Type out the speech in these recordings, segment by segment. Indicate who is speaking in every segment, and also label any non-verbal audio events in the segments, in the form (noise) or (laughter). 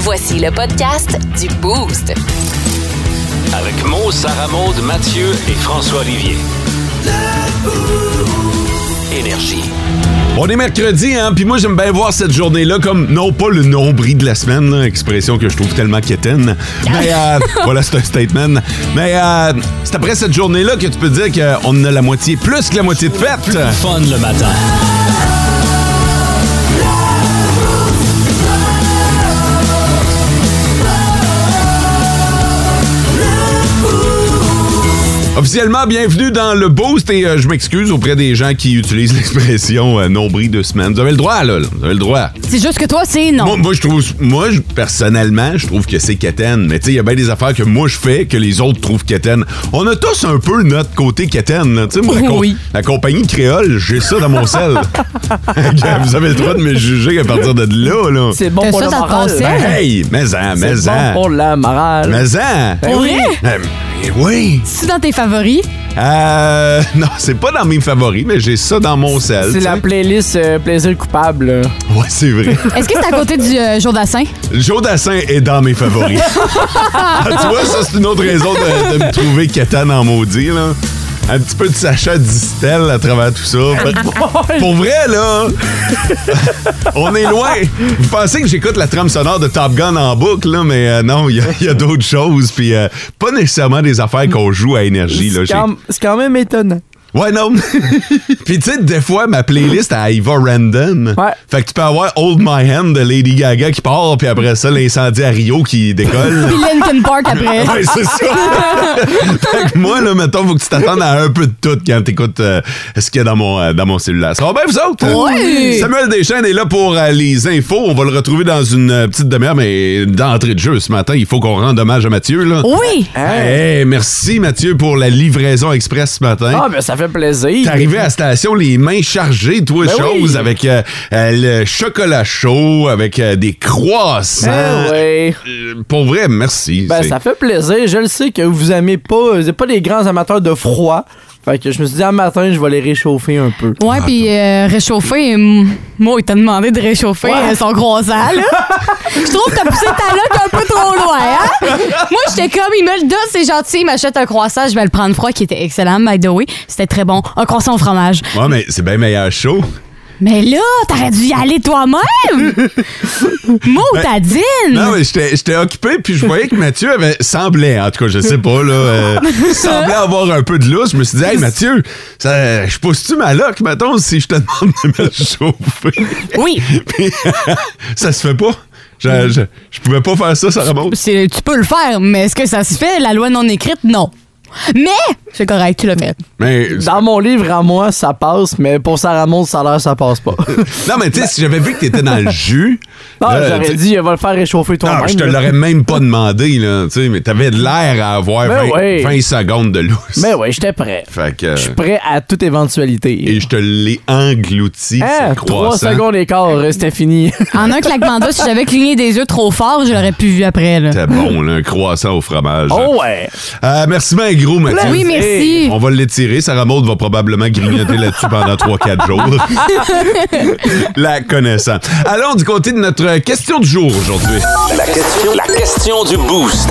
Speaker 1: Voici le podcast du Boost.
Speaker 2: Avec Mo, Sarah Maud, Mathieu et François Olivier. Énergie.
Speaker 3: On est mercredi, hein, puis moi j'aime bien voir cette journée-là comme, non pas le nombril de la semaine, là, expression que je trouve tellement quétaine, mais euh, voilà, c'est un statement, mais euh, c'est après cette journée-là que tu peux dire qu'on a la moitié, plus que la moitié de fête.
Speaker 2: Fun le matin.
Speaker 3: Officiellement, bienvenue dans le Boost et euh, je m'excuse auprès des gens qui utilisent (laughs) l'expression euh, nombril de semaine. Vous avez le droit, là, là, vous avez le droit.
Speaker 4: C'est juste que toi, c'est non.
Speaker 3: Moi, moi, je trouve, moi, je- personnellement, je trouve que c'est quétaine. Mais tu sais, il y a bien des affaires que moi je fais que les autres trouvent quétaine. On a tous un peu notre côté quétaine. là. Tu sais, moi, la, com-
Speaker 4: Oh Oui.
Speaker 3: la compagnie créole, j'ai ça dans mon
Speaker 4: (laughs)
Speaker 3: sel. (laughs) Vous avez le droit de me juger à partir de là, là.
Speaker 5: C'est bon
Speaker 4: T'as
Speaker 5: pour
Speaker 4: ça
Speaker 5: le
Speaker 4: dans le
Speaker 5: moral.
Speaker 4: conseil?
Speaker 3: Ben, hey, mais
Speaker 5: C'est
Speaker 3: en, mais
Speaker 5: bon
Speaker 3: en,
Speaker 5: pour le moral.
Speaker 3: mais en.
Speaker 5: Ben oui.
Speaker 3: Euh, oui.
Speaker 4: C'est dans tes favoris.
Speaker 3: Euh, (laughs) non, c'est pas dans mes favoris, mais j'ai ça dans mon sel.
Speaker 5: C'est
Speaker 3: tu
Speaker 5: la
Speaker 3: sais.
Speaker 5: playlist euh, Plaisir coupable. là.
Speaker 3: Ouais, c'est vrai.
Speaker 4: Est-ce que c'est à côté du euh, jour d'assin?
Speaker 3: Joe Dassin est dans mes
Speaker 4: (laughs)
Speaker 3: favoris. Ah, tu vois, ça, c'est une autre raison de, de me trouver Kétan en maudit, là. Un petit peu de Sacha Distel à travers tout ça. Fait- Pour vrai, là, on est loin. Vous pensez que j'écoute la trame sonore de Top Gun en boucle, là, mais euh, non, il y a- il y a, d'autres choses. Puis euh, pas nécessairement des affaires qu'on joue à énergie. Là,
Speaker 5: C'est
Speaker 3: J'ai-
Speaker 5: quand, c'est quand même étonnant.
Speaker 3: Ouais, non. (laughs) Puis tu sais, des fois, ma playlist, elle y va random.
Speaker 5: Ouais.
Speaker 3: Fait que tu peux avoir Old My Hand de Lady Gaga qui part, puis après ça, l'incendie à Rio
Speaker 6: (laughs)
Speaker 3: qui décolle.
Speaker 4: Puis Linkin Park après.
Speaker 3: (laughs) ouais, c'est ça. fait que moi, là, mettons, faut que tu t'attendes à un peu de tout quand t'écoutes euh, ce qu'il y a dans mon, euh, dans mon cellulaire. Ça va bien, vous autres?
Speaker 4: Oui.
Speaker 3: Samuel Deschênes est là pour euh, les infos. On va le retrouver dans une euh, petite demi-heure, mais d'entrée de jeu ce matin, il faut qu'on rende hommage à Mathieu, là.
Speaker 4: Oui!
Speaker 3: Hey, merci, Mathieu, pour la livraison express ce matin.
Speaker 5: Ah, ben ça fait plaisir.
Speaker 3: T'es arrivé à la station les mains chargées, toi,
Speaker 5: Ben
Speaker 3: choses,
Speaker 5: oui.
Speaker 3: avec euh, euh, le chocolat chaud, avec euh, des croissants.
Speaker 5: Ah, ouais.
Speaker 3: Euh, Pour vrai, merci.
Speaker 5: Ben
Speaker 3: C'est-
Speaker 5: ça fait plaisir. Je le sais que vous aimez pas. Vous êtes pas des grands amateurs de froid. Fait que je me suis dit, un matin, je vais les réchauffer un peu.
Speaker 4: Ouais, puis euh, réchauffer, hum, moi, il t'a demandé de réchauffer
Speaker 5: Ouais.
Speaker 4: euh, son croissant, là. (laughs) Je trouve que t'as poussé ta loque un peu trop loin, hein? Moi, j'étais comme, il me le donne, c'est gentil, il m'achète un croissant, je vais le prendre froid, qui était excellent, by the way. C'était très bon. Un croissant au fromage.
Speaker 3: Ouais, mais c'est bien meilleur chaud.
Speaker 4: Mais là, t'aurais dû y aller toi-même! Mo,
Speaker 3: Ben,
Speaker 4: ta dîne!
Speaker 3: Non, mais j'étais j'étais occupé, puis je voyais que Mathieu avait, semblait, en tout cas, je sais pas,
Speaker 5: (laughs)
Speaker 3: là, euh, semblait avoir un peu de lousse. Je me suis dit, hey, Mathieu, ça, je pousse-tu ma loque, mettons, si je te demande de me chauffer?
Speaker 4: Oui.
Speaker 3: (laughs) Puis, ça se fait pas. Je, je, je pouvais pas faire ça, ça remonte.
Speaker 4: C'est- Euh, tu peux le faire, mais est-ce que ça se fait? La loi non écrite, non. Mais c'est correct, tu l'as fait.
Speaker 3: Mais
Speaker 5: Dans mon livre à moi, ça passe, mais pour Sarah Maud, ça a l'air, ça
Speaker 3: (laughs)
Speaker 5: passe pas.
Speaker 3: Non, mais tu sais, si j'avais vu que t'étais dans
Speaker 5: (laughs)
Speaker 3: le jus.
Speaker 5: Non,
Speaker 3: là, tu
Speaker 5: Ah, j'aurais
Speaker 3: sais,
Speaker 5: dit, ah, va le faire réchauffer
Speaker 3: Non,
Speaker 5: toi-même.
Speaker 3: Euh, Ah, je te
Speaker 5: là.
Speaker 3: l'aurais même pas demandé, là. Tu sais, mais t'avais de l'air à avoir
Speaker 5: Ben
Speaker 3: 20,
Speaker 5: ouais.
Speaker 3: 20 secondes de lousse.
Speaker 5: Mais ouais, j'étais prêt.
Speaker 3: Fait que.
Speaker 5: Je suis prêt à toute éventualité.
Speaker 3: Et je te l'ai englouti,
Speaker 5: Hein,
Speaker 3: c'est
Speaker 5: trois
Speaker 3: croissant.
Speaker 5: secondes et quart, euh, c'était fini.
Speaker 4: (laughs) En un claquement d'œil, si j'avais cligné des yeux trop fort, je l'aurais pu vu après. Là.
Speaker 3: C'était bon, là, un croissant au fromage.
Speaker 5: oh ouais!
Speaker 3: Euh, merci bien gros, Mathieu.
Speaker 4: Oui, merci.
Speaker 3: On va l'étirer. Sarah Maud va probablement grignoter là-dessus pendant
Speaker 5: (laughs)
Speaker 3: 3-4
Speaker 4: (laughs)
Speaker 3: jours. La connaissant. Allons du côté de notre question du jour aujourd'hui.
Speaker 2: La question, la question du Boost.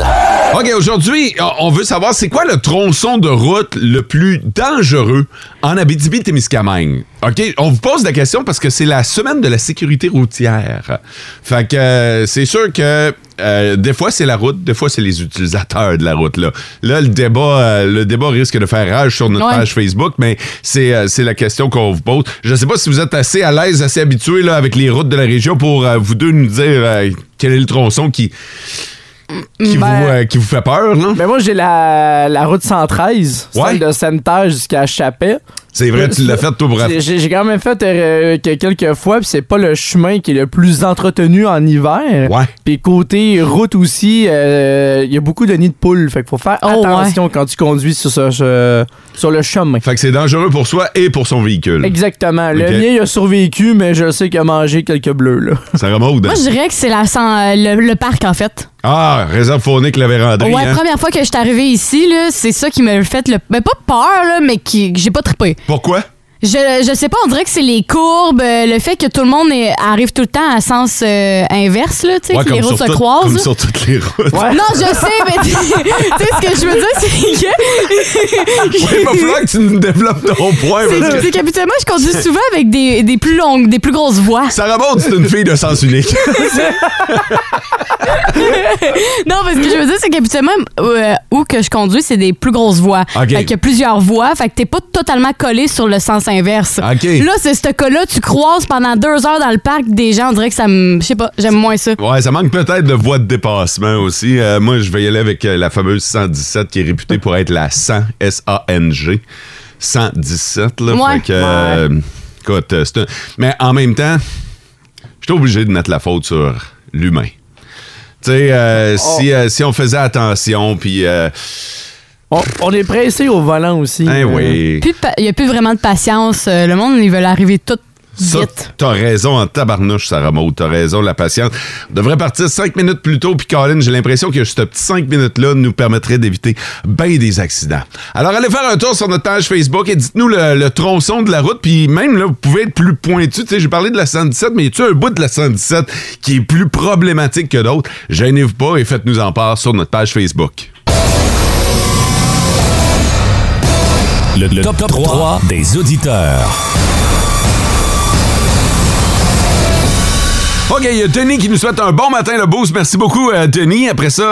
Speaker 3: OK, aujourd'hui, on- on veut savoir c'est quoi le tronçon de route le plus dangereux en Abitibi-Témiscamingue. OK, on vous pose la question parce que c'est la semaine de la sécurité routière. Fait que euh, c'est sûr que euh, des fois c'est la route, des fois c'est les utilisateurs de la route là. Là le débat euh, le débat risque de faire rage sur notre
Speaker 4: Ouais.
Speaker 3: page Facebook, mais c'est euh, c'est la question qu'on vous pose. Je sais pas si vous êtes assez à l'aise, assez habitué là avec les routes de la région pour euh, vous deux nous dire euh, quel est le tronçon qui qui,
Speaker 5: Ben-
Speaker 3: vous, euh, qui vous fait peur, là.
Speaker 5: Mais moi, j'ai la, la route 113, celle
Speaker 3: Ouais.
Speaker 5: de Sainte-Thérèse jusqu'à Chappé.
Speaker 3: C'est vrai, tu l'as fait, toi, pour...
Speaker 5: J'ai j'ai quand même fait euh, que quelques fois, puis c'est pas le chemin qui est le plus entretenu en hiver.
Speaker 3: Ouais.
Speaker 5: Puis côté route aussi, euh, il y a beaucoup de nids de poules. Fait qu'il faut faire
Speaker 4: Oh,
Speaker 5: attention quand tu conduis sur, ce- ce- sur le chemin.
Speaker 3: Fait que c'est dangereux pour soi et pour son véhicule.
Speaker 5: Exactement. Le
Speaker 3: Ok.
Speaker 5: mien, il a survécu, mais je sais qu'il a mangé quelques bleus. Là.
Speaker 3: Ça remonte. hein?
Speaker 4: Moi, je dirais que c'est la sans- euh, le, le parc, en fait.
Speaker 3: Ah, réserve faunique, la véranderie,
Speaker 4: ouais,
Speaker 3: (laughs) hein.
Speaker 4: première fois que je ben, suis arrivée ici, là, c'est ça qui m'a fait le. Mais pas peur, là, mais qui... que j'ai pas trippé.
Speaker 3: Pourquoi?
Speaker 4: Je, je sais pas, on dirait que c'est les courbes, euh, le fait que tout le monde est- arrive tout le temps à sens euh, inverse, là, tu sais,
Speaker 3: Ouais,
Speaker 4: que les routes se
Speaker 3: tout-
Speaker 4: croisent.
Speaker 3: comme
Speaker 4: là.
Speaker 3: sur toutes les routes.
Speaker 5: Ouais.
Speaker 4: Non, je sais, mais (laughs) tu sais, ce que je veux dire, c'est que.
Speaker 3: Il va falloir que tu nous développes ton point. parce
Speaker 4: C'est
Speaker 3: que-
Speaker 4: c'est qu'habituellement, je conduis souvent avec des, des plus longues, des plus grosses voix.
Speaker 3: Sarah Maud, c'est une fille de sens unique.
Speaker 4: (laughs)
Speaker 3: (laughs)
Speaker 4: Non, parce que je veux dire, c'est qu'habituellement, euh, où que je conduis, c'est des plus grosses voies.
Speaker 3: OK.
Speaker 4: Fait qu'il y a plusieurs voies, fait que t'es pas totalement collé sur le sens inverse.
Speaker 3: OK.
Speaker 4: Là, c'est ce cas-là, tu croises pendant deux heures dans le parc des gens, on dirait que ça me. Je sais pas, j'aime moins ça.
Speaker 3: Ouais, ça manque peut-être de voie de dépassement aussi. Euh, moi, je vais y aller avec euh, la fameuse 117 qui est réputée pour être la 100, S-A-N-G. 117, là.
Speaker 4: Ouais.
Speaker 3: Fait que, euh, écoute, euh, c'est un- Mais en même temps, je suis obligé de mettre la faute sur l'humain. Tu sais, euh,
Speaker 4: Oh.
Speaker 3: si, euh, si on faisait attention, puis... euh,
Speaker 5: On, on est pressé au volant aussi.
Speaker 3: hein,
Speaker 5: Euh,
Speaker 3: oui.
Speaker 4: Plus de pa- Il y a plus vraiment de patience. Euh, Le monde, ils veulent arriver tout
Speaker 3: Ça,
Speaker 4: vite.
Speaker 3: T'as raison en tabarnouche, Sarah Maud. T'as raison, la patience. On devrait partir cinq minutes plus tôt, puis Colin, j'ai l'impression que ce petit cinq minutes-là nous permettrait d'éviter bien des accidents. Alors, allez faire un tour sur notre page Facebook et dites-nous le, le tronçon de la route, puis même, là, vous pouvez être plus pointu. Tu sais, j'ai parlé de la 117, mais y a-tu un bout de la 117 qui est plus problématique que d'autres? Gênez-vous pas et faites-nous en part sur notre page Facebook.
Speaker 2: Le, top, 3 des auditeurs.
Speaker 3: OK, il y a Denis qui nous souhaite un bon matin, le boost. Merci beaucoup, euh, Denis. Après ça,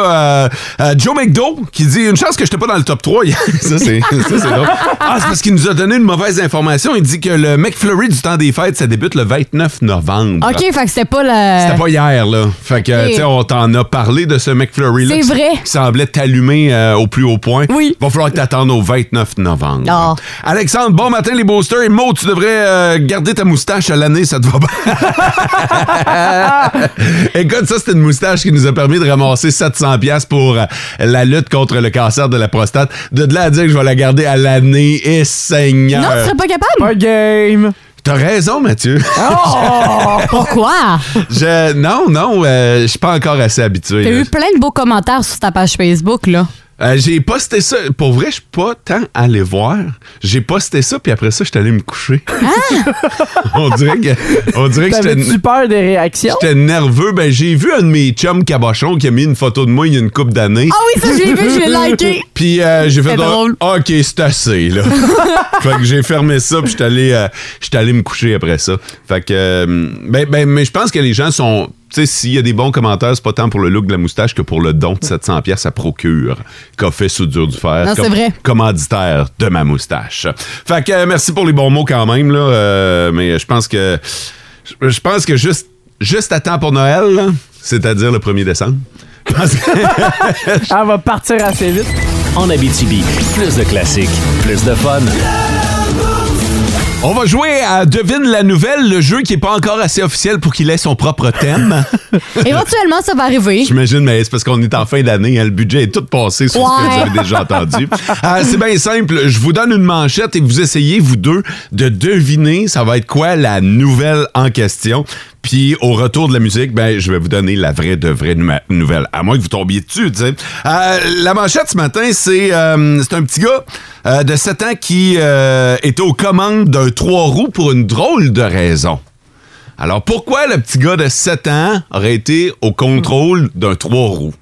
Speaker 3: euh, euh, Joe McDo qui dit Une chance que je n'étais pas dans le top 3. (laughs) ça, c'est ça, c'est drôle. Ah, c'est parce qu'il nous a donné une mauvaise information. Il dit que le McFlurry du temps des fêtes, ça débute le 29 novembre.
Speaker 4: OK, fait que c'était pas la. (laughs)
Speaker 3: C'était pas hier, là. Fait que,
Speaker 4: Euh, Ok.
Speaker 3: tu sais, on t'en a parlé de ce McFlurry-là.
Speaker 4: C'est
Speaker 3: qui-
Speaker 4: vrai.
Speaker 3: Qui semblait t'allumer euh, au plus haut point.
Speaker 4: Oui.
Speaker 3: Va falloir que t'attendes au 29 novembre.
Speaker 4: Ah.
Speaker 3: Alexandre, bon matin, les boosters. Et Mo, tu devrais euh, garder ta moustache à l'année, ça te va bien. (laughs) Écoute, ça, c'était une moustache qui nous a permis de ramasser 700$ piastres pour euh, la lutte contre le cancer de la prostate. De là à dire que je vais la garder à l'année. Et Seigneur.
Speaker 4: Non, tu serais pas capable?
Speaker 5: euh, Pas game.
Speaker 3: T'as raison, Mathieu. (laughs)
Speaker 5: Oh!
Speaker 3: Ah!
Speaker 5: (laughs)
Speaker 4: Pourquoi?
Speaker 3: Je, non, non, euh, je suis pas encore assez habitué.
Speaker 4: T'as
Speaker 3: là.
Speaker 4: eu plein de beaux commentaires sur ta page
Speaker 3: (laughs)
Speaker 4: Facebook, là.
Speaker 3: Euh, j'ai posté ça. Pour vrai, je suis pas tant allé voir. J'ai posté ça, puis après ça, je suis allé me coucher. (laughs) on dirait que, on dirait que j'étais,
Speaker 5: T'avais-tu peur des réactions?
Speaker 3: j'étais nerveux. Ben, j'ai vu un de mes chums cabochon qui a mis une photo de moi il y a une couple d'années.
Speaker 4: Ah oui, ça, je l'ai vu, je l'ai liké.
Speaker 3: Puis euh, j'ai fait
Speaker 4: C'est drôle.
Speaker 3: Ah, OK, c'est assez
Speaker 4: (laughs)
Speaker 3: là. fait que j'ai fermé ça puis j'étais allé euh, j'étais allé me coucher après ça. Fait que euh, ben, ben mais je pense que les gens sont tu sais s'il y a des bons commentaires, c'est pas tant pour le look de la moustache que pour le don de 700 pièces à procure qu'a fait Soudure du fer
Speaker 4: Non, c'est vrai.
Speaker 3: commanditaire de ma moustache. Fait que euh, merci pour les bons mots quand même là, euh, mais je pense que je je pense que juste juste à temps pour Noël, là, c'est-à-dire le 1er décembre. Je pense que-
Speaker 5: (laughs) Elle va partir assez vite.
Speaker 2: En Abitibi, plus de classiques, plus de fun.
Speaker 3: On va jouer à Devine la nouvelle, le jeu qui n'est pas encore assez officiel pour qu'il ait son propre thème.
Speaker 4: Éventuellement, ça va arriver.
Speaker 3: (laughs) J'imagine, mais c'est parce qu'on est en fin d'année, hein, le budget est tout passé sur ce que
Speaker 4: Ouais.
Speaker 3: vous avez déjà entendu. Euh, c'est bien simple, je vous donne une manchette et vous essayez, vous deux, de deviner ça va être quoi la nouvelle en question. Puis au retour de la musique, ben, je vais vous donner la vraie de vraie numa- nouvelle, à moins que vous tombiez dessus. tu sais. Euh, la manchette ce matin, c'est euh, c'est un petit gars euh, de 7 ans qui euh, était aux commandes d'un trois roues pour une drôle de raison. Alors, pourquoi le petit gars de 7 ans aurait été au contrôle d'un trois roues?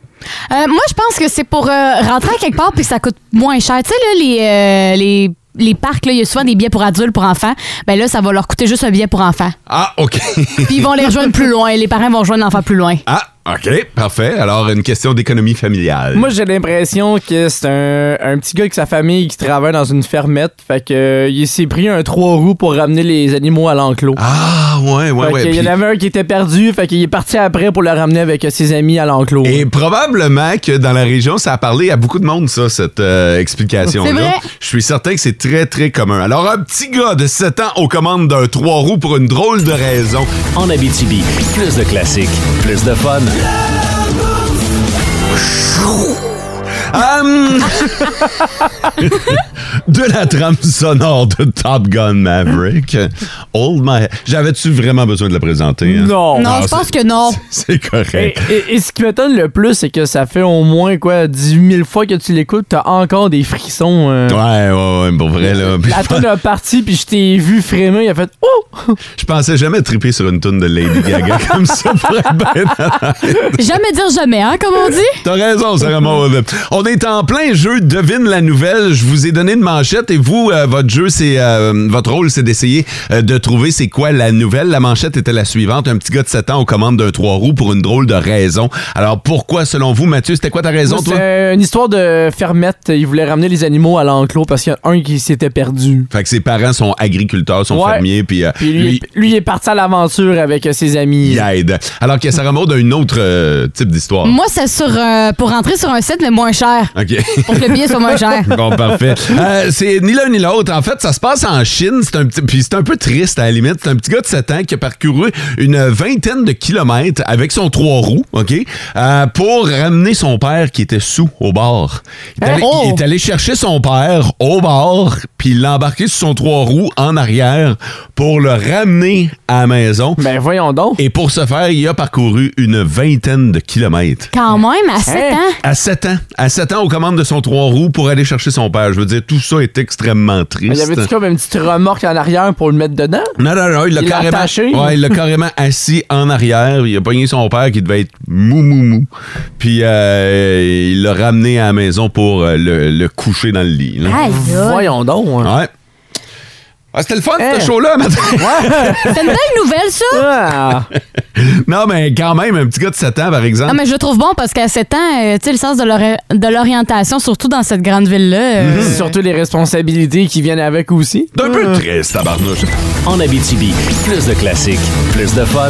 Speaker 4: Euh, moi, je pense que c'est pour euh, rentrer à quelque part puis que ça coûte moins cher. Tu sais, là, les, euh, les, les parcs, là, il y a souvent des billets pour adultes, pour enfants. Ben là, ça va leur coûter juste un billet pour enfants.
Speaker 3: Ah, OK.
Speaker 4: Puis ils vont les rejoindre plus loin. Les parents vont rejoindre l'enfant plus loin.
Speaker 3: ah, OK, parfait. Alors, une question d'économie familiale.
Speaker 5: Moi, j'ai l'impression que c'est un, un petit gars avec sa famille qui travaille dans une fermette. Fait que euh, il s'est pris un trois roues pour ramener les animaux à l'enclos.
Speaker 3: ah, ouais, ouais,
Speaker 5: Fait
Speaker 3: ouais.
Speaker 5: qu'il y
Speaker 3: puis-
Speaker 5: en avait un qui était perdu, fait qu'il est parti après pour le ramener avec euh, ses amis à l'enclos.
Speaker 3: Et probablement que dans la région, ça a parlé à beaucoup de monde, ça, cette euh, explication-là.
Speaker 4: C'est vrai.
Speaker 3: Je suis certain que c'est très, très commun. Alors, un petit gars de 7 ans aux commandes d'un trois roues pour une drôle de raison.
Speaker 2: En Abitibi, plus de classiques, plus de fun. (laughs)
Speaker 3: Hum. (laughs) de la trame sonore de Top Gun Maverick. Old My. J'avais-tu vraiment besoin de la présenter? hein?
Speaker 5: Non.
Speaker 4: Non,
Speaker 3: Ah,
Speaker 4: je pense
Speaker 3: c'est-
Speaker 4: que non.
Speaker 3: C'est
Speaker 5: Et,
Speaker 3: correct.
Speaker 5: et- et ce qui m'étonne le plus, c'est que ça fait au moins quoi 18 000 fois que tu l'écoutes, t'as encore des frissons. euh.
Speaker 3: Ouais, ouais, ouais, pour vrai, là. Puis
Speaker 5: La
Speaker 3: je,
Speaker 5: tune a parti, puis je t'ai vu frémir, il a fait Oh! (laughs)
Speaker 3: je pensais jamais triper sur une toune de Lady Gaga (laughs) comme ça pour être (laughs) bien
Speaker 4: Jamais dire jamais, hein, comme on dit.
Speaker 3: T'as raison, Sarah Maud. On est en plein jeu Devine la nouvelle. Je vous ai donné une manchette et vous, euh, votre jeu, c'est euh, votre rôle, c'est d'essayer euh, de trouver c'est quoi la nouvelle. La manchette était la suivante. Un petit gars de 7 ans aux commandes d'un trois roues pour une drôle de raison. Alors pourquoi, selon vous, Mathieu, c'était quoi ta raison,
Speaker 5: Moi,
Speaker 3: toi?
Speaker 5: C'est une histoire de fermette. Ils voulaient ramener les animaux à l'enclos parce qu'il y en a un qui s'était perdu.
Speaker 3: Fait que ses parents sont agriculteurs, sont
Speaker 5: Ouais.
Speaker 3: fermiers, puis euh,
Speaker 5: Puis lui,
Speaker 3: lui,
Speaker 5: lui, il est parti à l'aventure avec euh, ses amis.
Speaker 3: il aide. Alors que Sarah Maud a une autre euh, type d'histoire.
Speaker 4: Moi, c'est sur, euh, pour rentrer sur un site le moins cher.
Speaker 3: OK.
Speaker 4: Hein? (laughs) Pour que le billet soit moins cher.
Speaker 3: Bon, parfait. Euh, c'est ni l'un ni l'autre. En fait, ça se passe en Chine. C'est un petit, puis c'est un peu triste à la limite. C'est un petit gars de 7 ans qui a parcouru une vingtaine de kilomètres avec son trois roues, OK, euh, pour ramener son père qui était sous au bord. Il est allé,
Speaker 5: Hein? Oh!
Speaker 3: il est allé chercher son père au bord, puis il l'a embarqué sur son trois roues en arrière pour le ramener à la maison.
Speaker 5: Ben voyons donc.
Speaker 3: Et pour ce faire, il a parcouru une vingtaine de kilomètres.
Speaker 4: Quand même, à 7
Speaker 5: Hein?
Speaker 4: ans.
Speaker 3: À 7 ans, à 7 ans aux commandes de son trois roues pour aller chercher son père. Je veux dire, tout ça est extrêmement
Speaker 5: Il
Speaker 3: triste.
Speaker 5: y avait-tu comme une petite remorque en arrière pour le mettre dedans?
Speaker 3: Non, non, non, il l'a
Speaker 5: Il l'a
Speaker 3: carrément.
Speaker 5: attaché?
Speaker 3: Ouais, il
Speaker 5: (laughs)
Speaker 3: l'a carrément assis en arrière. Il a pogné son père qui devait être mou, mou, mou. Puis euh, il l'a ramené à la maison pour euh, le, le coucher dans le lit. là.
Speaker 4: Aïe, aïe.
Speaker 5: Voyons donc. hein.
Speaker 3: Ouais. Ah, c'était le fun,
Speaker 5: Hein?
Speaker 3: ce show-là, matin.
Speaker 4: C'est une belle nouvelle, ça.
Speaker 5: Ah.
Speaker 3: (laughs) non, mais quand même, un petit gars de 7 ans, par exemple.
Speaker 4: Ah, mais je le trouve bon parce qu'à 7 ans, euh, tu sais, le sens de l'ori- de l'orientation, surtout dans cette grande ville-là. euh,
Speaker 5: C'est surtout les responsabilités qui viennent avec aussi.
Speaker 3: C'est un
Speaker 4: Mm-hmm.
Speaker 3: peu triste, tabarnouche.
Speaker 2: En Abitibi, plus de classiques, plus de fun.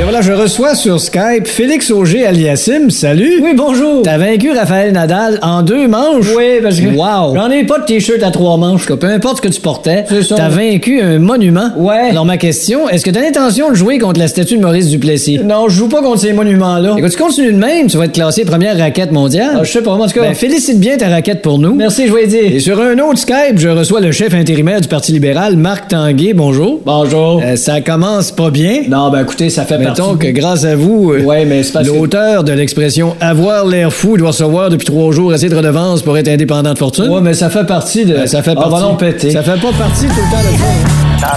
Speaker 7: Et voilà, je reçois sur Skype Félix Auger aliassim. Salut. Oui, bonjour. T'as vaincu Raphaël Nadal en deux manches. Oui, parce que. Wow. J'en ai pas de t-shirt à trois manches. Peu importe ce que tu portais, t'as vaincu un monument. Ouais. Alors ma question, est-ce que t'as l'intention de jouer contre la statue de Maurice Duplessis Non, je joue pas contre ces monuments-là. Écoute, tu continues de même, tu vas être classé première raquette mondiale. Ah, je sais pas, en tout cas. Ben, félicite bien ta raquette pour nous. Merci, je vais dire. Et sur un autre Skype, je reçois le chef intérimaire du Parti libéral, Marc Tanguay. Bonjour. Bonjour. ça commence pas bien. Non, ben écoutez, ça fait Mettons que grâce à vous, euh, l'auteur de l'expression avoir l'air fou doit recevoir depuis trois jours assez de redevances pour être indépendant de fortune. Ouais, mais ça fait partie de. Ah, ça fait partie. Ça fait pas partie tout le temps de ça.
Speaker 5: hein.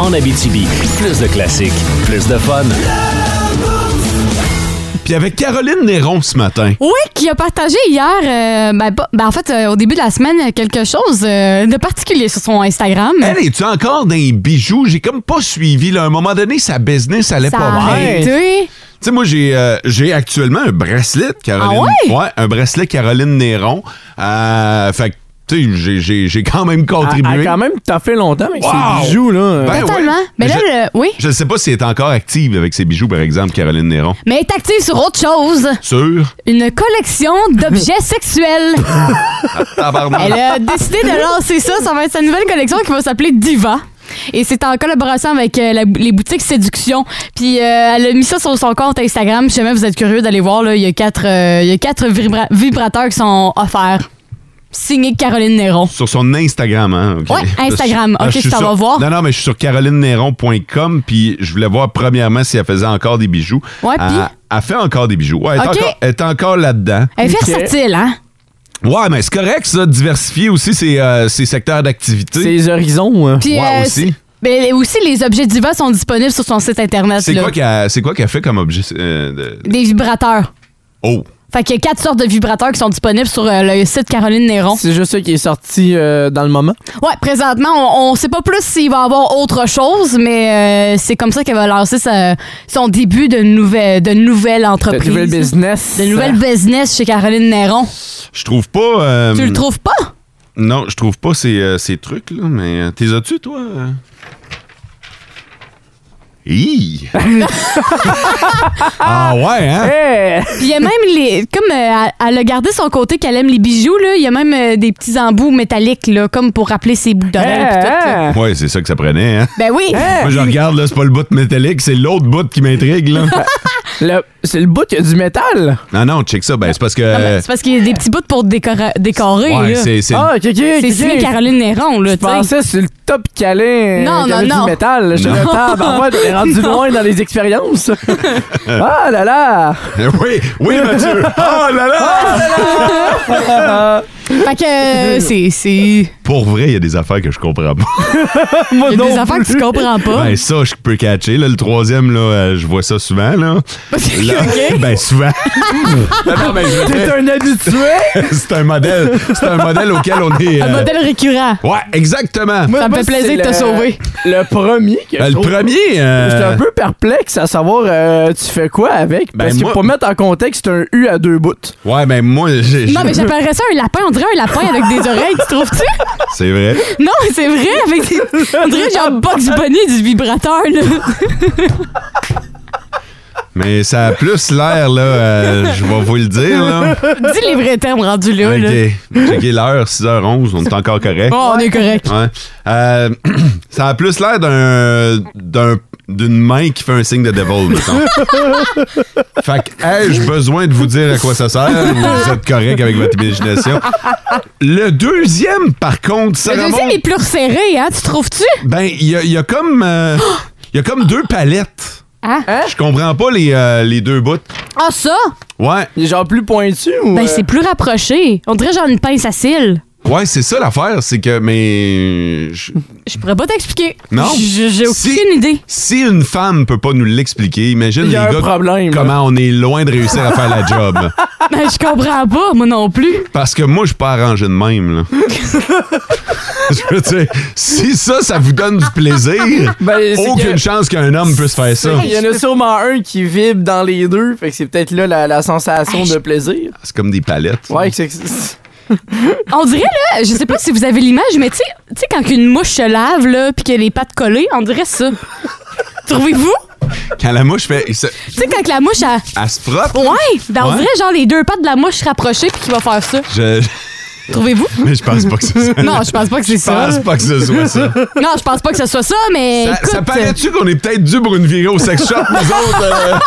Speaker 2: En Abitibi, plus de classiques, plus
Speaker 5: (laughs)
Speaker 2: de fun.
Speaker 3: Puis avec Caroline Néron ce matin.
Speaker 4: Oui, qui a partagé hier, euh, ben, pas- ben, en fait, euh, au début de la semaine, quelque chose euh, de particulier sur son Instagram.
Speaker 3: Elle est-tu encore dans les bijoux? J'ai comme pas suivi. Là. À un moment donné, sa business allait
Speaker 4: ça
Speaker 3: pas
Speaker 4: a
Speaker 3: mal.
Speaker 5: bien.
Speaker 3: Tu
Speaker 4: arrêté.
Speaker 3: sais, moi, j'ai euh, j'ai actuellement un bracelet de Caroline.
Speaker 4: Ah ouais?
Speaker 3: un bracelet Caroline Néron. Euh, fait que, tu sais, j'ai- j'ai- j'ai quand même
Speaker 5: Elle
Speaker 3: contribué.
Speaker 5: a quand même t'as fait longtemps avec
Speaker 3: Wow.
Speaker 5: ses bijoux, là.
Speaker 3: Ben
Speaker 4: Totalement.
Speaker 3: ouais.
Speaker 4: Mais là,
Speaker 3: Je-
Speaker 4: le- oui.
Speaker 3: Je ne sais pas si elle est encore active avec ses bijoux, par exemple, Caroline Néron.
Speaker 4: Mais elle est active sur autre chose.
Speaker 3: Sûr?
Speaker 4: Une collection
Speaker 3: (laughs)
Speaker 4: d'objets sexuels.
Speaker 3: Tabarnak.
Speaker 4: Elle a décidé de lancer ça. Ça va être sa nouvelle collection qui va s'appeler Diva. Et c'est en collaboration avec euh, la- les boutiques Séduction. Puis euh, elle a mis ça sur son compte Instagram. Si jamais vous êtes curieux d'aller voir, là, il y a quatre, euh, il y a quatre vibra- vibrateurs qui sont offerts. Signé Caroline Néron.
Speaker 3: Sur son Instagram, hein? ok.
Speaker 4: Ouais, Instagram.
Speaker 3: Ah,
Speaker 4: Ok,
Speaker 3: je suis
Speaker 4: ça va
Speaker 3: sur-
Speaker 4: voir.
Speaker 3: Non, non, mais je suis sur carolinenéron.com, puis je voulais voir premièrement si elle faisait encore des bijoux.
Speaker 4: Ouais, puis?
Speaker 3: Elle, elle fait encore des bijoux. Ouais, elle, est
Speaker 4: Ok.
Speaker 3: encore, elle est encore là-dedans.
Speaker 4: Elle est
Speaker 5: Ok.
Speaker 4: versatile, hein?
Speaker 3: Ouais, mais c'est correct, ça, de diversifier aussi ses, euh, ses secteurs d'activité.
Speaker 5: Ses horizons. euh.
Speaker 4: Puis,
Speaker 3: Ouais,
Speaker 4: euh,
Speaker 3: aussi.
Speaker 4: c'est- Mais aussi, les objets divas sont disponibles sur son site internet.
Speaker 3: C'est
Speaker 4: là.
Speaker 3: quoi qu'elle a, c'est quoi qu'elle fait comme objet euh, de-
Speaker 4: Des vibrateurs.
Speaker 3: Oh,
Speaker 4: Fait qu'il y a quatre sortes de vibrateurs qui sont disponibles sur euh, le site Caroline Néron.
Speaker 5: C'est juste ça qui est sorti euh, dans le moment.
Speaker 4: Ouais, présentement, on, on sait pas plus s'il va y avoir autre chose, mais euh, c'est comme ça qu'elle va lancer sa- son début de nouvelle, de nouvelle
Speaker 5: Le
Speaker 4: entreprise.
Speaker 5: nouvel business.
Speaker 4: De nouvelle business chez Caroline Néron.
Speaker 3: je trouve pas euh,
Speaker 4: Tu le trouves pas?
Speaker 3: Non, je trouve pas ces, euh, ces trucs là, mais euh, t'es as-tu toi euh?
Speaker 4: (laughs)
Speaker 3: Hi! ah ouais hein.
Speaker 5: Hey!
Speaker 4: Puis il y a même les. Comme euh, elle- elle a gardé son côté qu'elle aime les bijoux, là, il y a même euh, des petits embouts métalliques, là, comme pour rappeler ses boucles
Speaker 5: Euh,
Speaker 4: d'oreilles. pis tout, là.
Speaker 5: Hey!
Speaker 3: Ouais, c'est ça que ça prenait hein.
Speaker 4: Eh, Ben oui!
Speaker 5: Eh. Euh.
Speaker 3: Moi je regarde là, c'est pas le bout métallique, c'est l'autre bout qui m'intrigue là.
Speaker 5: Le- C'est le bout qui a du métal.
Speaker 3: Non, non, check ça. Ben, c'est parce que. (laughs)
Speaker 4: Ah, ben, C'est parce qu'il y a des petits bouts pour décora- décorer.
Speaker 3: Ouais,
Speaker 4: là.
Speaker 3: c'est- c'est-
Speaker 5: Ah, ok, ok.
Speaker 4: c'est
Speaker 5: ok.
Speaker 4: signé Caroline Néron, là,
Speaker 5: Je
Speaker 4: tu sais.
Speaker 5: pensais sur le top calin
Speaker 4: Non, non, non.
Speaker 5: Euh, du métal. Je
Speaker 3: Non.
Speaker 5: le tabarouette, on est
Speaker 4: (laughs)
Speaker 5: rendu loin dans les
Speaker 3: (laughs)
Speaker 5: expériences. ah là là!
Speaker 3: oui, (laughs) oui, Mathieu.
Speaker 5: Ah,
Speaker 3: Oh là là!
Speaker 4: Ah, Fait que euh, c'est. c'est-
Speaker 3: Pour vrai, il y a des affaires que je comprends pas.
Speaker 5: Moi
Speaker 4: Il y a
Speaker 5: non
Speaker 4: des affaires que tu
Speaker 5: plus.
Speaker 4: comprends pas.
Speaker 3: Ben, ça, je peux catcher. Là, le troisième, là, euh, je vois ça souvent, là. Là, Ben, souvent. Non, non, ben, je veux
Speaker 5: T'es
Speaker 3: dire,
Speaker 5: un habitué!
Speaker 3: (laughs) c'est un modèle. C'est un modèle auquel on est. euh,
Speaker 4: Un modèle récurrent.
Speaker 3: Ouais, exactement.
Speaker 5: Moi,
Speaker 4: Ça me
Speaker 5: moi,
Speaker 4: fait plaisir
Speaker 5: c'est
Speaker 4: de te
Speaker 5: le-
Speaker 4: sauver.
Speaker 5: Le premier que
Speaker 3: Ben,
Speaker 5: je
Speaker 3: le
Speaker 5: trouve-
Speaker 3: premier. euh,
Speaker 5: J'étais un peu perplexe à savoir euh, tu fais quoi avec.
Speaker 3: Ben,
Speaker 5: Parce que
Speaker 3: moi-
Speaker 5: pour mettre en contexte, c'est un U à deux bouts.
Speaker 3: Ouais, ben, moi, j'ai-
Speaker 4: Non, mais j'appellerais ça un lapin. On dirait un lapin avec des oreilles,
Speaker 3: (laughs)
Speaker 4: tu trouves-tu?
Speaker 3: c'est vrai.
Speaker 4: Non, mais c'est vrai. Avec des... On dirait genre Box Bunny du vibrateur, là.
Speaker 3: Mais ça a plus l'air, là, euh, je vais vous le dire, là.
Speaker 4: Dis les vrais termes rendus là, là.
Speaker 3: OK. Checker l'heure, 6h11, on est encore correct.
Speaker 4: Oh, on est correct.
Speaker 3: Ouais. Euh, (clears throat) ça a plus l'air d'un, d'un- d'une main qui fait un signe de
Speaker 4: (laughs)
Speaker 3: devil, mettons. fait que, ai-je besoin de vous dire à quoi ça sert? ou Vous êtes correct avec votre imagination. Le deuxième, par contre, ça
Speaker 4: Le deuxième
Speaker 3: remonte-
Speaker 4: est plus resserré, hein, tu trouves-tu?
Speaker 3: Ben, il y a, il y a comme... euh, Il y a comme deux palettes.
Speaker 4: Hein?
Speaker 3: Je comprends pas les, euh, les deux bouts.
Speaker 4: Ah, ça?
Speaker 3: Ouais,
Speaker 5: Il est genre plus pointu ou.
Speaker 4: Ben,
Speaker 5: euh,
Speaker 4: c'est plus rapproché. On dirait genre une pince à cils.
Speaker 3: ouais, c'est ça l'affaire, c'est que
Speaker 5: (laughs)
Speaker 3: mais je-
Speaker 4: Je pourrais pas t'expliquer.
Speaker 3: Non.
Speaker 4: J- J'ai aucune
Speaker 3: Si-
Speaker 4: idée.
Speaker 3: si une femme peut pas nous l'expliquer, imagine
Speaker 5: Il
Speaker 3: les
Speaker 5: y a un
Speaker 3: gars
Speaker 5: problème.
Speaker 3: comment on est loin de réussir à faire la
Speaker 5: (laughs)
Speaker 3: job.
Speaker 4: Ben, je comprends pas, moi non plus.
Speaker 3: Parce que moi, je suis pas arrangé de
Speaker 5: (laughs)
Speaker 3: même. Là. je veux dire, si ça, ça vous donne du plaisir,
Speaker 5: (laughs) Ben, c'est
Speaker 3: aucune
Speaker 5: que-
Speaker 3: chance qu'un homme puisse faire ça.
Speaker 5: Il y en a sûrement un qui vibre dans les deux, fait que c'est peut-être là la, la
Speaker 4: Ah,
Speaker 5: sensation de plaisir.
Speaker 3: C'est comme des palettes.
Speaker 5: Ouais, que c'est- c'est-
Speaker 4: On dirait, là, je sais pas si vous avez l'image, mais tu sais- tu sais, quand une mouche se lave, là, puis que les pattes collées, on dirait ça. Trouvez-vous?
Speaker 3: Quand la mouche fait. se-
Speaker 4: Tu sais, quand la mouche a.
Speaker 3: Elle se frotte.
Speaker 4: Ouais! Ben, on
Speaker 3: Ouais.
Speaker 4: dirait, genre, les deux pattes de la mouche rapprochées, puis qui va faire ça.
Speaker 3: Je...
Speaker 4: Trouvez-vous?
Speaker 3: (laughs) Mais je pense pas que ce soit.
Speaker 4: Non, je pense pas que c'est
Speaker 3: Je
Speaker 4: ça.
Speaker 3: pense pas que ce soit ça.
Speaker 4: Non, je pense pas que ce soit ça, mais.
Speaker 3: Ça,
Speaker 4: écoute,
Speaker 3: ça paraît-tu qu'on est peut-être dû pour une virée au sex shop, nous autres?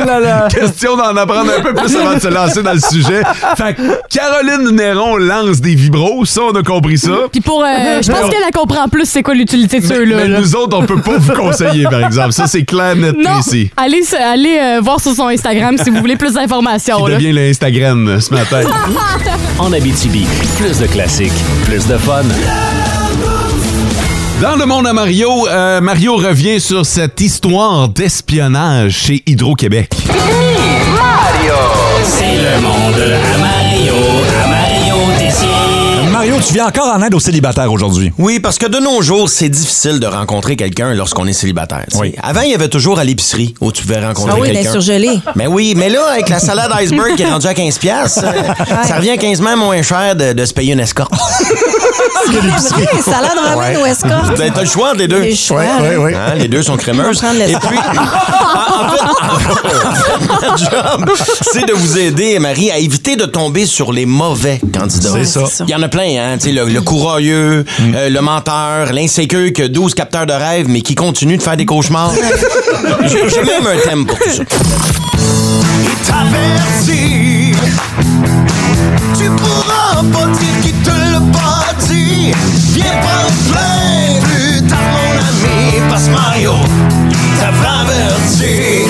Speaker 5: Oh (laughs) là là.
Speaker 3: euh, question d'en apprendre un peu plus avant de se lancer dans le sujet. Fait que Caroline Néron lance des vibros, ça, on a compris ça.
Speaker 4: Puis pour. euh, je pense qu'elle elle comprend plus c'est quoi l'utilité de
Speaker 3: Mais,
Speaker 4: ceux-là.
Speaker 3: mais
Speaker 4: là.
Speaker 3: nous autres, on peut pas vous conseiller, par exemple. Ça, c'est clair, net,
Speaker 4: Non!
Speaker 3: précis.
Speaker 4: Allez, se- allez euh, voir sur son Instagram si vous voulez plus d'informations,
Speaker 3: Qui
Speaker 4: là.
Speaker 3: devient le Instagram euh, ce matin.
Speaker 2: En Abitibi, plus de classiques, plus de fun.
Speaker 3: Dans le monde à Mario, euh, Mario revient sur cette histoire d'espionnage chez Hydro-Québec. (laughs)
Speaker 2: C'est le monde à Mario, à Mario
Speaker 8: Mario, tu viens encore en aide aux célibataires aujourd'hui.
Speaker 9: Oui, parce que de nos jours, c'est difficile de rencontrer quelqu'un lorsqu'on est célibataire. tu sais.
Speaker 8: Oui.
Speaker 9: Avant, il y avait toujours à l'épicerie où tu pouvais
Speaker 10: Ah
Speaker 9: rencontrer quelqu'un. (laughs)
Speaker 10: surgelée.
Speaker 9: Mais oui, mais là, avec la salade iceberg qui est rendue à 15$,
Speaker 10: (laughs)
Speaker 9: piastres, euh, ça revient à 15 moins cher de, de se payer une escorte.
Speaker 10: C'est vrai, salade ramen ou Ah escorte.
Speaker 9: Ben, T'as le choix entre les deux.
Speaker 10: Les choix,
Speaker 9: Ouais,
Speaker 10: oui.
Speaker 9: ouais, ouais. Hein, les deux sont crémeuses.
Speaker 10: On va prendre
Speaker 9: Et
Speaker 10: l'escorte.
Speaker 9: puis, (laughs) en fait, le (laughs) job, c'est de vous aider, Marie, à éviter de tomber sur les mauvais candidats.
Speaker 10: C'est ça. Mm.
Speaker 9: Il y en a plein, hein. Tu sais, le, le courroyeux, euh, le menteur, l'insécure qui a 12 capteurs de rêve, mais qui continue de faire
Speaker 10: (laughs)
Speaker 9: des cauchemars. (laughs) J'ai j'ai même un thème pour tout ça.
Speaker 6: Tu pourras pas dire qui te l'a pas dit Viens prendre plein plus tard mon ami Parce Mario t'a averti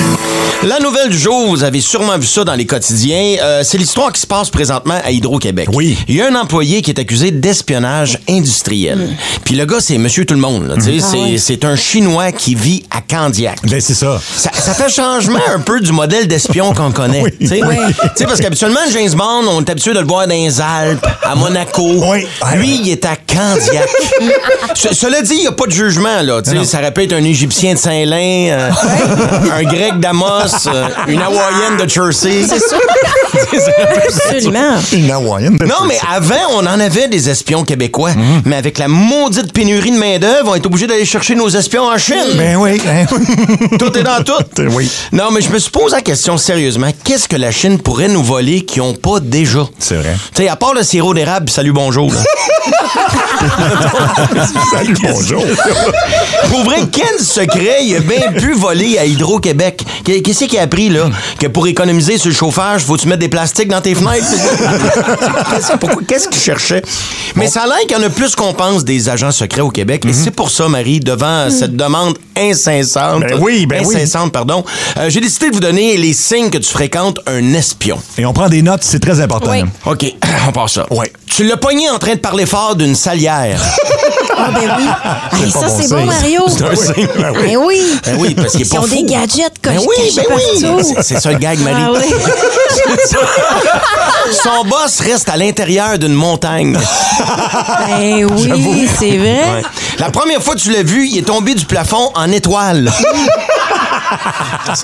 Speaker 9: La nouvelle du jour, vous avez sûrement vu ça dans les quotidiens, euh, c'est l'histoire qui se passe présentement à Hydro-Québec.
Speaker 8: Oui.
Speaker 9: Il y a un employé qui est accusé d'espionnage industriel. Puis le gars, c'est Monsieur Tout-le-Monde. là, tu sais, c'est- C'est un Chinois qui vit à Candiac.
Speaker 8: Mm. Ah Ben, c'est ça.
Speaker 9: Ça, ça fait changement un peu du modèle d'espion qu'on connaît. Tu sais, Tu sais, parce qu'habituellement, James Bond, on est habitué de le voir dans les Alpes, à Monaco.
Speaker 8: Oui.
Speaker 9: Lui, il est
Speaker 8: (laughs)
Speaker 9: à Candiac. Ce- cela dit, il n'y a pas de jugement. là. Tu sais, Ça aurait pu être un Égyptien de Saint-Lin, euh, un Grec d'Amos, euh, une Hawaïenne de Jersey.
Speaker 10: Absolument.
Speaker 8: Une hawaïenne.
Speaker 9: Non, mais avant, on en avait des espions québécois.
Speaker 8: Mhm.
Speaker 9: Mais avec la maudite pénurie de main-d'œuvre, on est obligé d'aller chercher nos espions en Chine.
Speaker 8: Ben oui. hein.
Speaker 9: Tout est
Speaker 8: (laughs)
Speaker 9: dans tout.
Speaker 8: Oui.
Speaker 9: Non, mais je me suis posé la question sérieusement. Qu'est-ce que la Chine pourrait nous voler qu'ils n'ont pas déjà?
Speaker 8: C'est vrai. (laughs)
Speaker 9: Tu sais, à part le sirop d'érable, pis salut, bonjour. là. Salut, bonjour. Pour vrai, quel secret il a bien pu voler à Hydro-Québec? Qu'est- Qu'est-ce qu'il a appris, là? Que pour économiser sur le chauffage, faut-tu mettre des plastiques dans tes fenêtres? Qu'est-ce- pourquoi- Qu'est-ce qu'il cherchait? Mais ça a l'air qu'il y en a plus qu'on pense des agents secrets au Québec.
Speaker 8: Mhm.
Speaker 9: Et c'est pour ça, Marie, devant cette demande incessante.
Speaker 8: Ben oui, ben oui.
Speaker 9: incessante, pardon. euh, J'ai décidé de vous donner les signes que tu fréquentes un espion.
Speaker 8: Et on prend des notes, c'est très important.
Speaker 10: Oui.
Speaker 8: là.
Speaker 9: OK, (clears throat) on passe ça. Ouais. Tu l'as pogné en train de parler fort d'une salière.
Speaker 10: Ah, ben oui. Hey,
Speaker 8: pas
Speaker 10: ça,
Speaker 8: bon
Speaker 10: c'est
Speaker 8: signe.
Speaker 10: bon, Mario.
Speaker 9: C'est un signe, ben oui.
Speaker 10: Ben oui.
Speaker 9: Ben oui, parce qu'il est
Speaker 10: Ils
Speaker 9: pas
Speaker 10: ont
Speaker 9: fou.
Speaker 10: des gadgets
Speaker 9: Ben
Speaker 10: cachés
Speaker 9: oui, ben
Speaker 10: cachés
Speaker 9: oui.
Speaker 10: partout.
Speaker 9: C'est- C'est ça le gag, Marie.
Speaker 10: Ah oui.
Speaker 9: (laughs) Son boss reste à l'intérieur d'une montagne.
Speaker 10: Ben oui, c'est vrai.
Speaker 9: Ouais. La première fois que tu l'as vu, il est tombé du plafond en étoile.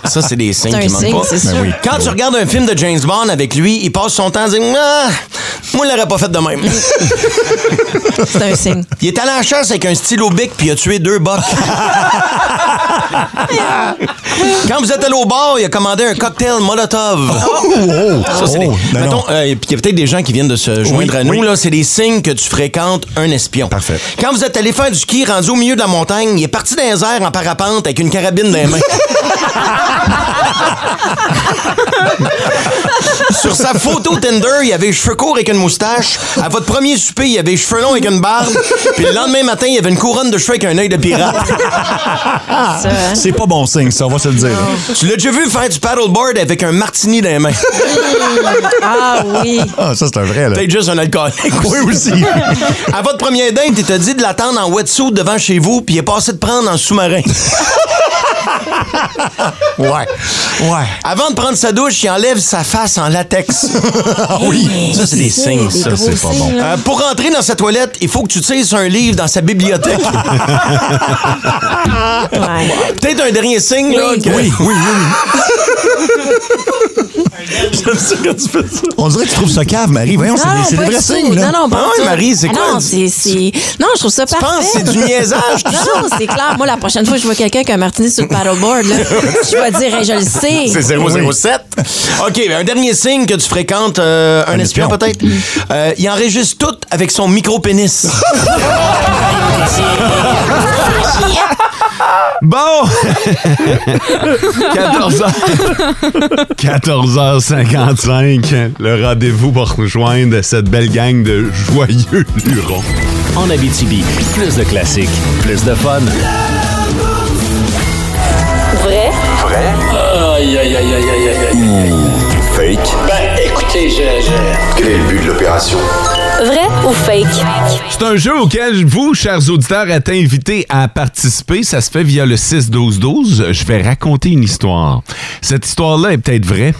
Speaker 9: ça, c'est des signes
Speaker 10: C'est un
Speaker 9: qui manquent
Speaker 10: signe,
Speaker 9: pas.
Speaker 10: c'est Ben sûr. oui.
Speaker 9: Quand tu regardes un film de James Bond avec lui, il passe son temps à dire Ah, Moi, je l'aurais pas fait
Speaker 10: (laughs)
Speaker 9: de même.
Speaker 10: C'est un signe.
Speaker 9: Il est allé à la chasse avec un stylo bic puis il a tué
Speaker 10: (laughs)
Speaker 9: deux bocs. Quand vous êtes allé au bar, il a commandé un cocktail Molotov. Ça, c'est des-
Speaker 8: Oh, non,
Speaker 9: Mettons,
Speaker 8: non.
Speaker 9: euh, et puis il y a peut-être des gens qui viennent de se joindre à nous.
Speaker 8: oui.
Speaker 9: là, C'est des signes que tu fréquentes un espion.
Speaker 8: Parfait.
Speaker 9: Quand vous êtes allé faire du ski rendu au milieu de la montagne, il est parti dans les airs en parapente avec une carabine dans les mains. Sur sa photo Tinder, il avait les cheveux courts avec une moustache. À votre premier souper, il avait les cheveux longs avec une barbe. Puis le lendemain matin, il avait une couronne de cheveux avec un œil de pirate.
Speaker 10: (laughs)
Speaker 8: (laughs)
Speaker 10: Ça, hein?
Speaker 8: C'est pas bon signe, ça, on va se le dire.
Speaker 9: Tu l'as déjà vu faire du paddleboard avec un martini dans les mains.
Speaker 10: (laughs) Ah oui.
Speaker 8: Ah, ça, c'est un vrai, là.
Speaker 9: Peut-être juste un alcoolique.
Speaker 8: Oui, aussi.
Speaker 9: À votre premier date, il t'a dit de l'attendre en wetsuit devant chez vous, puis il est passé de prendre en sous-marin.
Speaker 8: (laughs) Ouais. Ouais.
Speaker 9: Avant de prendre sa douche, il enlève sa face
Speaker 8: (laughs)
Speaker 9: en latex.
Speaker 8: Ah oui.
Speaker 9: Ça, c'est des signes,
Speaker 10: Des
Speaker 9: ça.
Speaker 10: gros
Speaker 8: c'est pas
Speaker 10: signes,
Speaker 8: bon.
Speaker 10: là.
Speaker 9: Euh, pour rentrer dans sa toilette, il faut que tu tires sur un livre dans sa (laughs) bibliothèque.
Speaker 10: Ouais.
Speaker 9: Peut-être un dernier signe, là.
Speaker 10: Oui.
Speaker 9: que-
Speaker 8: Oui, oui, oui.
Speaker 9: J'aime ça quand tu fais ça.
Speaker 8: On dirait que tu trouves ça cave, Marie. Voyons, c'est des, c'est des
Speaker 10: pas
Speaker 8: vrais
Speaker 10: du
Speaker 8: signes,
Speaker 10: tout.
Speaker 8: là.
Speaker 10: Non, non, pas
Speaker 9: Ah
Speaker 10: du
Speaker 9: ouais,
Speaker 10: tout.
Speaker 9: Marie, c'est
Speaker 10: Ah
Speaker 9: quoi?
Speaker 10: Non, c'est, c'est... non, je trouve ça
Speaker 9: Tu penses que
Speaker 10: parfait.
Speaker 9: c'est du niaisage,
Speaker 10: (laughs)
Speaker 9: tout
Speaker 10: Non,
Speaker 9: ça?
Speaker 10: non, c'est clair. Moi, la prochaine fois que je vois quelqu'un qui a un martini sur le paddleboard, là, je vais dire, Hey, je le sais.
Speaker 9: C'est 007. OK, ben, un dernier signe que tu fréquentes euh, un,
Speaker 8: Un
Speaker 9: espion,
Speaker 8: espion.
Speaker 9: peut-être. Euh, il enregistre tout avec son (laughs) micro-pénis. (laughs)
Speaker 3: Bon! 14h. 14h55. Le rendez-vous pour rejoindre cette belle gang de joyeux lurons.
Speaker 2: En Abitibi, plus de classiques, plus de fun.
Speaker 1: Vrai,
Speaker 11: Aïe, aïe, aïe, aïe, aïe, aïe, aïe.
Speaker 2: Fake.
Speaker 11: Ben, écoutez, je, je... Quel est le but de l'opération?
Speaker 1: vrai ou fake?
Speaker 3: C'est un jeu auquel vous, chers auditeurs, êtes invités à participer. Ça se fait via le 6-12-12. Je vais raconter une histoire. Cette histoire-là est peut-être vraie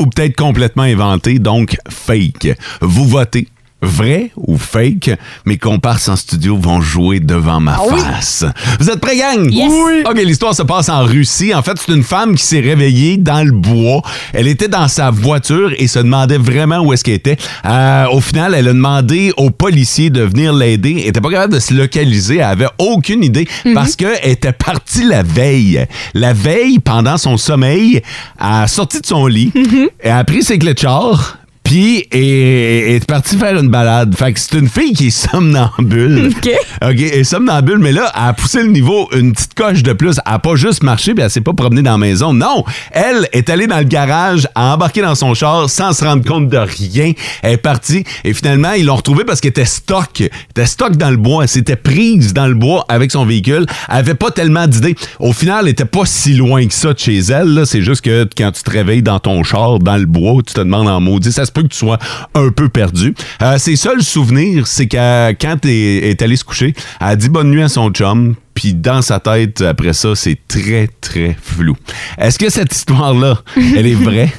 Speaker 3: ou peut-être complètement inventée, donc fake. Vous votez vrai ou fake. Mes comparses en studio vont jouer devant ma face. Vous êtes prêts, gang?
Speaker 4: Yes.
Speaker 3: Oui. OK, l'histoire se passe en Russie. En fait, c'est une femme qui s'est réveillée dans le bois. Elle était dans sa voiture et se demandait vraiment où est-ce qu'elle était. Euh, au final, elle a demandé aux policiers de venir l'aider. Elle était pas capable de se localiser. Elle avait aucune idée
Speaker 4: Mhm.
Speaker 3: parce qu'elle était partie la veille. La veille, pendant son sommeil, elle a sorti de son lit.
Speaker 4: Mhm.
Speaker 3: Elle a pris ses clés de char. Puis est, est partie faire une balade. Fait que c'est une fille qui est somnambule.
Speaker 4: OK.
Speaker 3: OK, elle est somnambule, mais là, elle a poussé le niveau une petite coche de plus. Elle n'a pas juste marché puis elle s'est pas promenée dans la maison. Non, elle est allée dans le garage, a embarqué dans son char sans se rendre compte de rien. Elle est partie et finalement, ils l'ont retrouvée parce qu'elle était stock. Elle était stock dans le bois. Elle s'était prise dans le bois avec son véhicule. Elle avait pas tellement d'idées. Au final, elle était pas si loin que ça de chez elle. là. C'est juste que quand tu te réveilles dans ton char, dans le bois, tu te demandes en maudit, ça se peut que tu sois un peu perdu. Euh, ses seuls souvenirs, c'est qu'à quand elle est allée se coucher, elle a dit bonne nuit à son chum, puis dans sa tête, après ça, c'est très, très flou. Est-ce que cette histoire-là, elle est vraie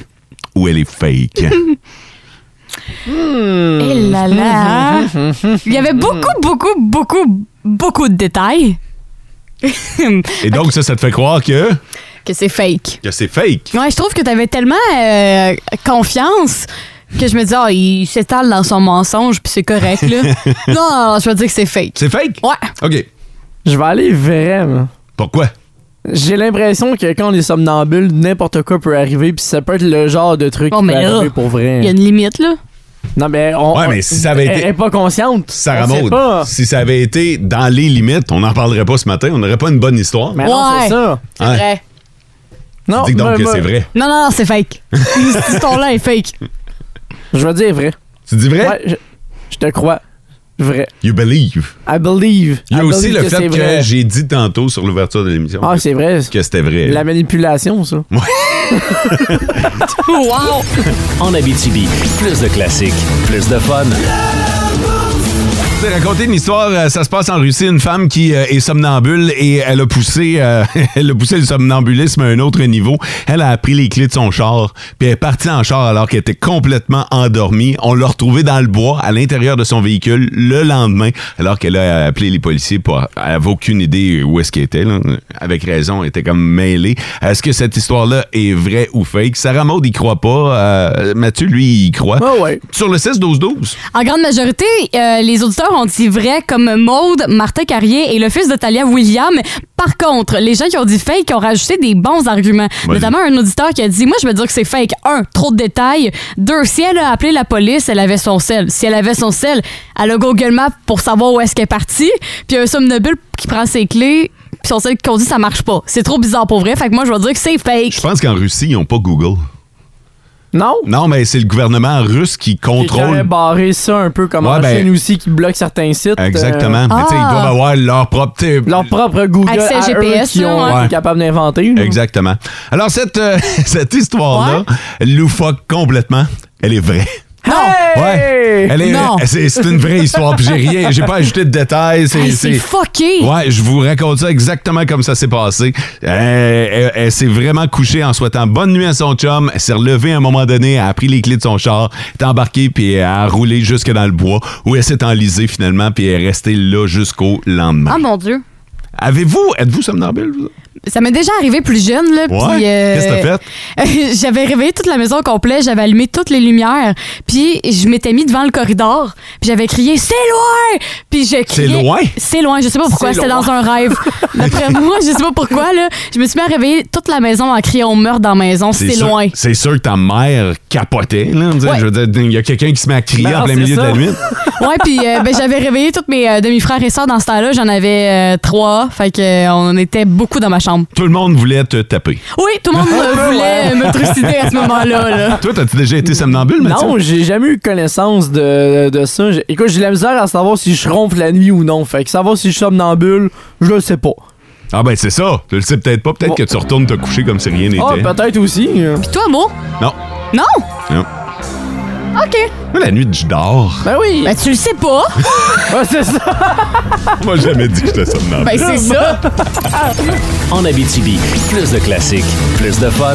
Speaker 3: ou elle est fake?
Speaker 5: Hmm.
Speaker 4: Eh là là. Il y avait beaucoup, beaucoup, beaucoup, beaucoup
Speaker 5: (laughs)
Speaker 4: de détails.
Speaker 3: Et donc, ça, ça te fait croire que,
Speaker 4: que c'est fake.
Speaker 3: que c'est fake.
Speaker 4: Ouais, je trouve que t'avais tellement euh, confiance que je me dis, ah, il s'étale dans son mensonge, puis c'est correct, là. non, non, non, je vais dire que c'est fake.
Speaker 3: C'est fake?
Speaker 4: Ouais.
Speaker 3: OK.
Speaker 5: Je vais aller vraiment.
Speaker 3: Pourquoi?
Speaker 5: J'ai l'impression que quand on est somnambule, n'importe quoi peut arriver, puis ça peut être le genre de truc
Speaker 4: Bon,
Speaker 5: qui peut
Speaker 4: mais là,
Speaker 5: arriver pour
Speaker 4: Il y a
Speaker 5: vrai.
Speaker 4: une limite, là.
Speaker 5: Non, mais on.
Speaker 3: Ouais, mais si ça avait été-
Speaker 5: Elle est pas consciente.
Speaker 3: Sarah
Speaker 5: On sait
Speaker 3: Maud,
Speaker 5: pas.
Speaker 3: si ça avait été dans les limites, on n'en parlerait pas ce matin, on n'aurait pas une bonne histoire.
Speaker 5: Mais non, c'est ça.
Speaker 3: Ouais.
Speaker 5: Non,
Speaker 3: Dis donc
Speaker 5: mais-
Speaker 3: que
Speaker 5: mais-
Speaker 3: c'est vrai.
Speaker 4: Non, non, non,
Speaker 5: (laughs)
Speaker 4: c'est fake. Cette histoire-là est fake.
Speaker 5: Je veux dire vrai.
Speaker 3: Tu dis vrai?
Speaker 5: Ouais, je, je te crois. Vrai.
Speaker 3: You believe.
Speaker 5: I believe.
Speaker 3: Il y a
Speaker 5: I
Speaker 3: aussi
Speaker 5: believe
Speaker 3: le
Speaker 5: Ah, que c'est
Speaker 3: fait
Speaker 5: vrai.
Speaker 3: que j'ai dit tantôt sur l'ouverture de l'émission
Speaker 5: Ah,
Speaker 3: que-
Speaker 5: c'est vrai.
Speaker 3: que c'était vrai.
Speaker 5: La manipulation, ça.
Speaker 4: (laughs)
Speaker 3: (laughs)
Speaker 4: wow!
Speaker 2: En Abitibi, plus de classiques, plus de fun.
Speaker 3: C'est raconter une histoire, euh, ça se passe en Russie, une femme qui euh, est somnambule et elle a poussé euh, (laughs) elle a poussé le somnambulisme à un autre niveau. Elle a pris les clés de son char, puis elle est partie en char alors qu'elle était complètement endormie. On l'a retrouvée dans le bois à l'intérieur de son véhicule le lendemain alors qu'elle a euh, appelé les policiers pour elle avait aucune idée où est-ce qu'elle était là. avec raison, elle était comme mêlée. Est-ce que cette histoire-là est vraie ou fake Sarah Maud y croit pas, euh, Mathieu lui y croit. Sur le 16 12 12.
Speaker 4: En grande majorité, euh, les auditeurs ont dit vrai comme Maude, Martin Carrier et le fils de Talia William. Par contre, les gens qui ont dit fake ont rajouté des bons arguments.
Speaker 3: Vas-y.
Speaker 4: Notamment un auditeur qui a dit Moi, je veux dire que c'est fake. Un, trop de détails. Deux, si elle a appelé la police, elle avait son sel. Si elle avait son sel, elle a Google Maps pour savoir où est-ce qu'elle est partie. Puis un somnobule qui prend ses clés, puis son sel qui conduit, ça marche pas. C'est trop bizarre pour vrai. Fait que moi, je vais dire que c'est fake.
Speaker 3: Je pense qu'en Russie, ils n'ont pas Google.
Speaker 5: Non?
Speaker 3: Non, mais c'est le gouvernement russe qui
Speaker 5: Qui aurait
Speaker 3: contrôle.
Speaker 5: barré ça un peu comme
Speaker 3: Ouais,
Speaker 5: en
Speaker 3: ben-
Speaker 5: Chine aussi qui bloque certains sites. euh.
Speaker 3: Exactement. Mais tu sais, ils
Speaker 4: Ah!
Speaker 3: doivent avoir leur propre. tu sais,
Speaker 5: Leur propre Google
Speaker 3: Accès
Speaker 5: à eux
Speaker 3: GPS,
Speaker 5: qui
Speaker 3: là,
Speaker 5: ont
Speaker 4: hein.
Speaker 3: ouais.
Speaker 5: qui est capable d'inventer. là.
Speaker 3: Exactement. Alors, cette, euh, (laughs) cette histoire-là, loufoque complètement, elle est vraie.
Speaker 5: Hey!
Speaker 3: Ouais. Elle est,
Speaker 5: Non.
Speaker 3: C'est, c'est une vraie histoire, puis j'ai rien, j'ai pas ajouté de détails. C'est,
Speaker 4: Hey, c'est fucké!
Speaker 3: Ouais, je vous raconte ça exactement comme ça s'est passé. Elle, elle- elle s'est vraiment couchée en souhaitant bonne nuit à son chum. Elle s'est relevée à un moment donné, elle a pris les clés de son char, est embarquée, puis elle a roulé jusque dans le bois, où elle s'est enlisée finalement, puis elle est restée là jusqu'au lendemain.
Speaker 4: Ah mon Dieu!
Speaker 3: Avez-vous, êtes-vous somnambule? vous?
Speaker 4: Ça m'est déjà arrivé plus jeune, là.
Speaker 3: Ouais?
Speaker 4: puis, euh,
Speaker 3: Qu'est-ce que
Speaker 4: t'as fait? (laughs) j'avais réveillé toute la maison au complet, j'avais allumé toutes les lumières, puis je m'étais mis devant le corridor, puis j'avais crié « C'est loin! » Puis je criais...
Speaker 3: C'est loin?
Speaker 4: C'est loin, je sais pas pourquoi,
Speaker 3: C'est
Speaker 4: c'était
Speaker 3: loin.
Speaker 4: dans un
Speaker 3: (laughs)
Speaker 4: rêve. D'après moi, je sais pas pourquoi, là, je me suis mis à réveiller toute la maison en criant « On meurt dans la maison, c'est
Speaker 3: sûr-
Speaker 4: loin! »
Speaker 3: C'est sûr que ta mère capotait. Là, on dirait.
Speaker 4: Ouais.
Speaker 3: Je veux dire, il y a quelqu'un qui se met à crier
Speaker 4: Ben
Speaker 3: en
Speaker 4: non,
Speaker 3: plein
Speaker 4: c'est
Speaker 3: milieu
Speaker 4: ça.
Speaker 3: de
Speaker 4: (laughs)
Speaker 3: la nuit.
Speaker 4: Ouais, puis euh, ben, j'avais réveillé tous mes euh, demi-frères et sœurs dans ce temps-là, j'en avais euh, trois, fait que, euh, on était beaucoup dans ma chambre.
Speaker 3: Tout le monde voulait te taper.
Speaker 4: Oui,
Speaker 3: (laughs)
Speaker 4: tout le monde euh, voulait me trucider à ce moment-là, là.
Speaker 3: Toi, t'as-tu déjà été somnambule, Mathieu?
Speaker 5: Non, j'ai jamais eu connaissance de, de ça. J'ai- Écoute, j'ai de la misère à savoir si je ronfle la nuit ou non. Fait que savoir si je suis somnambule, je le sais pas.
Speaker 3: Ah ben c'est ça. Tu le sais peut-être pas. Peut-être que tu retournes te coucher comme si rien n'était.
Speaker 5: Ah, peut-être aussi. euh.
Speaker 4: Puis toi, Mo?
Speaker 3: Non.
Speaker 4: Non?
Speaker 3: Non.
Speaker 4: OK.
Speaker 3: Moi, la nuit, je dors.
Speaker 5: Ben oui.
Speaker 4: Ben tu le sais pas.
Speaker 10: Ah,
Speaker 5: c'est ça.
Speaker 3: (laughs) Moi, j'ai jamais dit que j'étais somnambule.
Speaker 4: Ben c'est ça.
Speaker 2: (laughs) En Abitibi, plus de classiques, plus de fun.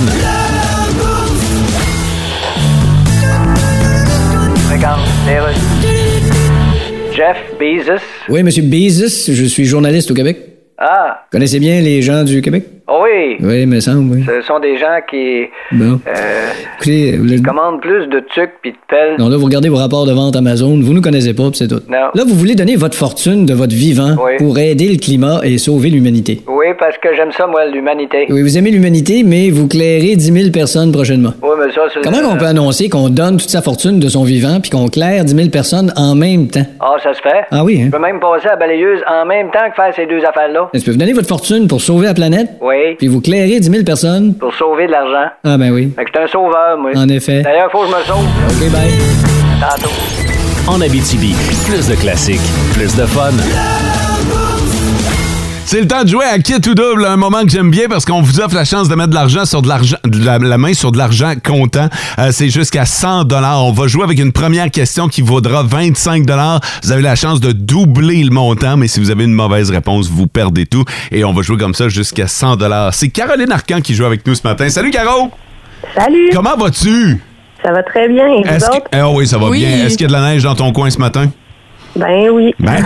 Speaker 12: Jeff Bezos.
Speaker 7: Oui, monsieur Bezos, je suis journaliste au Québec.
Speaker 12: Ah,
Speaker 7: Connaissez bien les gens du Québec?
Speaker 12: oh oui.
Speaker 7: Oui, me semble, oui.
Speaker 12: Ce sont des gens qui,
Speaker 7: Bon.
Speaker 12: euh,
Speaker 7: Écoutez, vous
Speaker 12: qui
Speaker 7: êtes-
Speaker 12: commandent plus de tucs puis de pelles.
Speaker 7: Non, là, vous regardez vos rapports de vente Amazon, vous nous connaissez pas, puis c'est tout.
Speaker 12: Non.
Speaker 7: Là, vous voulez donner votre fortune de votre vivant
Speaker 12: Oui.
Speaker 7: pour aider le climat et sauver l'humanité.
Speaker 12: Oui, parce que j'aime ça, moi, l'humanité.
Speaker 7: Oui, vous aimez l'humanité, mais vous clairez 10 000 personnes prochainement.
Speaker 12: Oui, mais ça, c'est...
Speaker 7: Comment on peut annoncer qu'on donne toute sa fortune de son vivant puis qu'on claire 10 000 personnes en même temps?
Speaker 12: Ah, ça se fait.
Speaker 7: Ah oui, hein?
Speaker 12: Je peux même passer à la balayeuse en même temps que faire ces deux affaires-là.
Speaker 7: Est-ce que vous donnez votre fortune pour sauver la planète?
Speaker 12: Oui.
Speaker 7: Puis vous clairez 10 000 personnes?
Speaker 12: Pour sauver de l'argent.
Speaker 7: Ah ben oui.
Speaker 12: Fait que je suis un sauveur, moi.
Speaker 7: En effet.
Speaker 12: D'ailleurs, faut que je me sauve.
Speaker 7: OK, bye.
Speaker 12: Tantôt.
Speaker 2: En Abitibi, plus de classiques, plus de fun.
Speaker 3: C'est le temps de jouer à Kit ou Double, un moment que j'aime bien parce qu'on vous offre la chance de mettre de l'argent sur de l'argent, de la, la main sur de l'argent comptant. Euh, c'est jusqu'à 100 dollars. On va jouer avec une première question qui vaudra 25 dollars. Vous avez la chance de doubler le montant, mais si vous avez une mauvaise réponse, vous perdez tout. Et on va jouer comme ça jusqu'à 100 dollars. C'est Caroline Arcan qui joue avec nous ce matin. Salut Caro.
Speaker 13: Salut.
Speaker 12: (laughs)
Speaker 3: Comment vas-tu?
Speaker 13: Ça va très bien. Et vous
Speaker 3: Est-ce que-
Speaker 13: autres?
Speaker 3: Eh oh oui, ça va
Speaker 13: Ah Oui.
Speaker 3: bien. Est-ce qu'il y a de la neige dans ton coin ce matin?
Speaker 13: Ben oui. (laughs)
Speaker 3: Ben,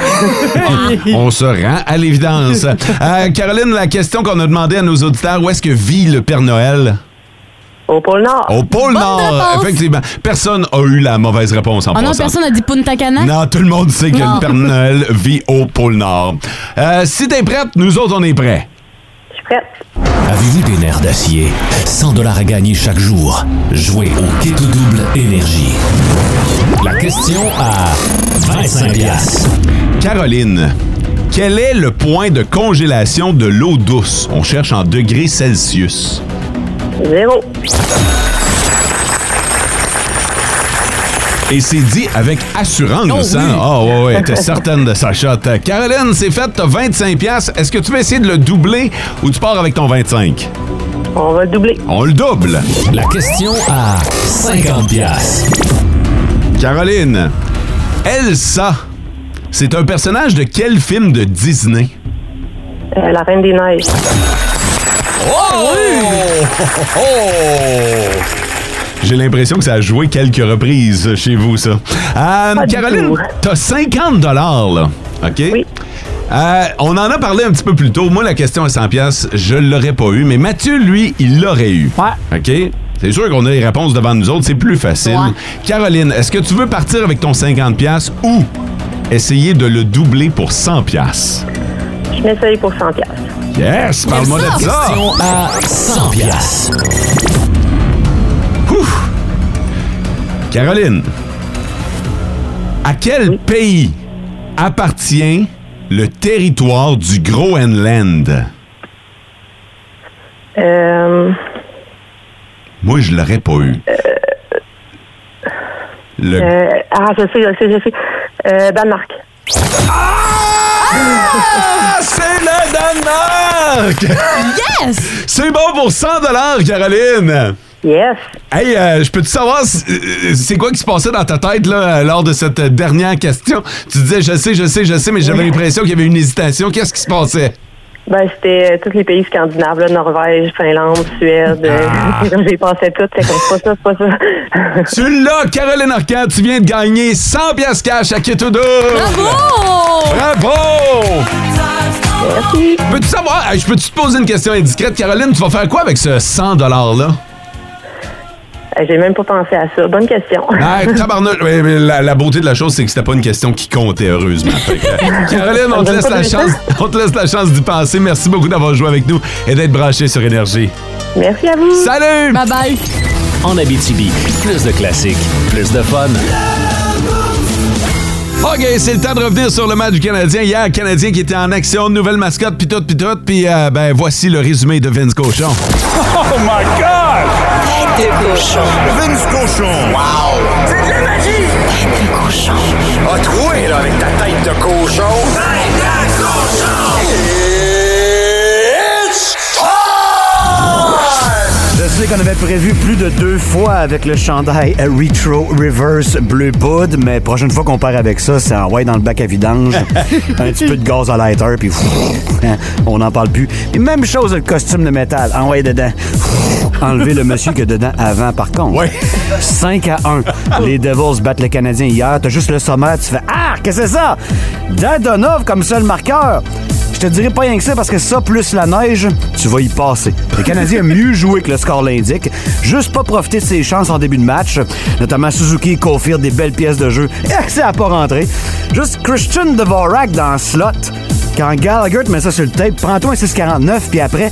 Speaker 3: on se rend à l'évidence. Euh, Caroline, la question qu'on a demandé à nos auditeurs, où est-ce que vit le Père Noël?
Speaker 13: Au pôle Nord.
Speaker 3: Au pôle Nord,
Speaker 4: réponse.
Speaker 3: effectivement. Personne a eu la mauvaise réponse en
Speaker 4: Ah non,
Speaker 3: passant.
Speaker 4: personne n'a dit Punta Cana?
Speaker 3: Non, tout le monde sait que
Speaker 4: Non.
Speaker 3: le Père Noël vit au pôle Nord. Euh, si t'es prête, nous autres, on est prêts.
Speaker 13: Je suis suis prête.
Speaker 14: Avez-vous des nerfs d'acier? 100 dollars à gagner chaque jour. Jouez au Keto Double Énergie. La question à 25 piastres.
Speaker 3: Caroline, quel est le point de congélation de l'eau douce? On cherche en degrés Celsius.
Speaker 13: Zéro.
Speaker 3: Et c'est dit avec assurance,
Speaker 6: Oh,
Speaker 3: hein?
Speaker 6: oui.
Speaker 3: Ah, ouais, ouais, t'es certaine de sa shot. Euh, Caroline, c'est fait, t'as 25 piastres. Est-ce que tu veux essayer de le doubler ou tu pars avec ton 25?
Speaker 13: On va le doubler.
Speaker 3: On le double.
Speaker 14: La question à 50 piastres.
Speaker 3: Caroline, Elsa, c'est un personnage de quel film de Disney?
Speaker 13: Euh, la Reine des Neiges.
Speaker 6: Oh!
Speaker 3: J'ai l'impression que ça a joué quelques reprises chez vous, ça. Euh,
Speaker 6: Pas du
Speaker 3: Caroline,
Speaker 6: tout. hein.
Speaker 3: t'as 50 là. OK? Euh, on en a parlé un petit peu plus tôt. Moi, la question à 100 pièces, je l'aurais pas eu, mais Mathieu, lui, il l'aurait eu. OK? C'est sûr qu'on a les réponses devant nous autres, c'est plus facile. Caroline, est-ce que tu veux partir avec ton 50 pièces ou essayer de le doubler pour 100 pièces?
Speaker 13: Je m'essaye pour 100 piastres.
Speaker 3: Yes, parle-moi de ça.
Speaker 6: Question à 100
Speaker 14: piastres.
Speaker 3: Ouf. Caroline, à quel pays appartient le territoire du Groenland?
Speaker 13: Euh,
Speaker 3: Moi, je l'aurais pas eu. Le-
Speaker 13: euh, ah, je sais, je sais, je sais. Euh, Danemark.
Speaker 3: Ah! C'est le Danemark!
Speaker 6: Yes!
Speaker 3: C'est bon pour 100 Caroline!
Speaker 13: Yes!
Speaker 3: Hey, euh, je peux-tu savoir, c- euh, c'est quoi qui se passait dans ta tête là, euh, lors de cette dernière question? Tu disais, je sais, je sais, je sais, mais j'avais l'impression qu'il y avait une hésitation. Qu'est-ce qui se passait?
Speaker 13: Ben, c'était euh, tous les pays scandinaves, là, Norvège, Finlande, Suède.
Speaker 3: Ah.
Speaker 13: Euh, (laughs) J'ai passé tout, c'est comme c'est pas ça, c'est pas ça.
Speaker 3: Tu l'as, Caroline Arcand, tu viens de gagner 100 pièces cash à Keto 2.
Speaker 6: Bravo!
Speaker 3: Bravo! Peux-tu savoir, hey, je peux-tu te poser une question indiscrète, Caroline? Tu vas faire quoi avec ce 100 $-là?
Speaker 13: Euh, J'ai même pas pensé à ça. Bonne question.
Speaker 3: Ah,
Speaker 5: (laughs)
Speaker 3: tabarnak. Ouais, mais la, la beauté de la chose, c'est que c'était pas une question qui comptait, heureusement.
Speaker 5: (laughs)
Speaker 3: Fait que, euh, Caroline, on te, laisse la chance, on te laisse la chance d'y penser. Merci beaucoup d'avoir joué avec nous et d'être branché sur Énergie.
Speaker 13: Merci à vous.
Speaker 3: Salut!
Speaker 4: Bye bye.
Speaker 14: En Abitibi, plus de classiques, plus de fun.
Speaker 3: OK, c'est le temps de revenir sur le match du Canadien. Hier, Canadien qui était en action, nouvelle mascotte, puis tout, puis tout. Puis, euh, ben, voici le résumé de Vince Cochon.
Speaker 6: Oh my God! Tête de cochon. Vince cochon. Wow! C'est de la magie! Tête de cochon. A troué, là, avec ta tête de cochon. Tête de cochon! It's
Speaker 15: Je sais qu'on avait prévu plus de deux fois avec le chandail Retro Reverse Bleu Poudre, mais prochaine fois qu'on part avec ça, c'est envoyé dans le bac à vidange, un petit peu de gaz à lighter, puis hein, on n'en parle plus. Puis même chose, le costume de métal, envoyé dedans, enlever le monsieur que dedans avant, par contre. 5 à 1, les Devils battent le Canadien hier, t'as juste le sommaire, tu fais « Ah, qu'est-ce que c'est ça? » Dadonov comme seul marqueur. Je te dirais pas rien que ça parce que ça, plus la neige, tu vas y passer. Le Canadien a mieux joué que le score l'indique. Juste pas profiter de ses chances en début de match. Notamment Suzuki confirme des belles pièces de jeu. (laughs) Et c'est à pas rentrer. Juste Christian Dvorak dans le slot. Quand Gallagher te met ça sur le tape, prends-toi un 6,49 puis après,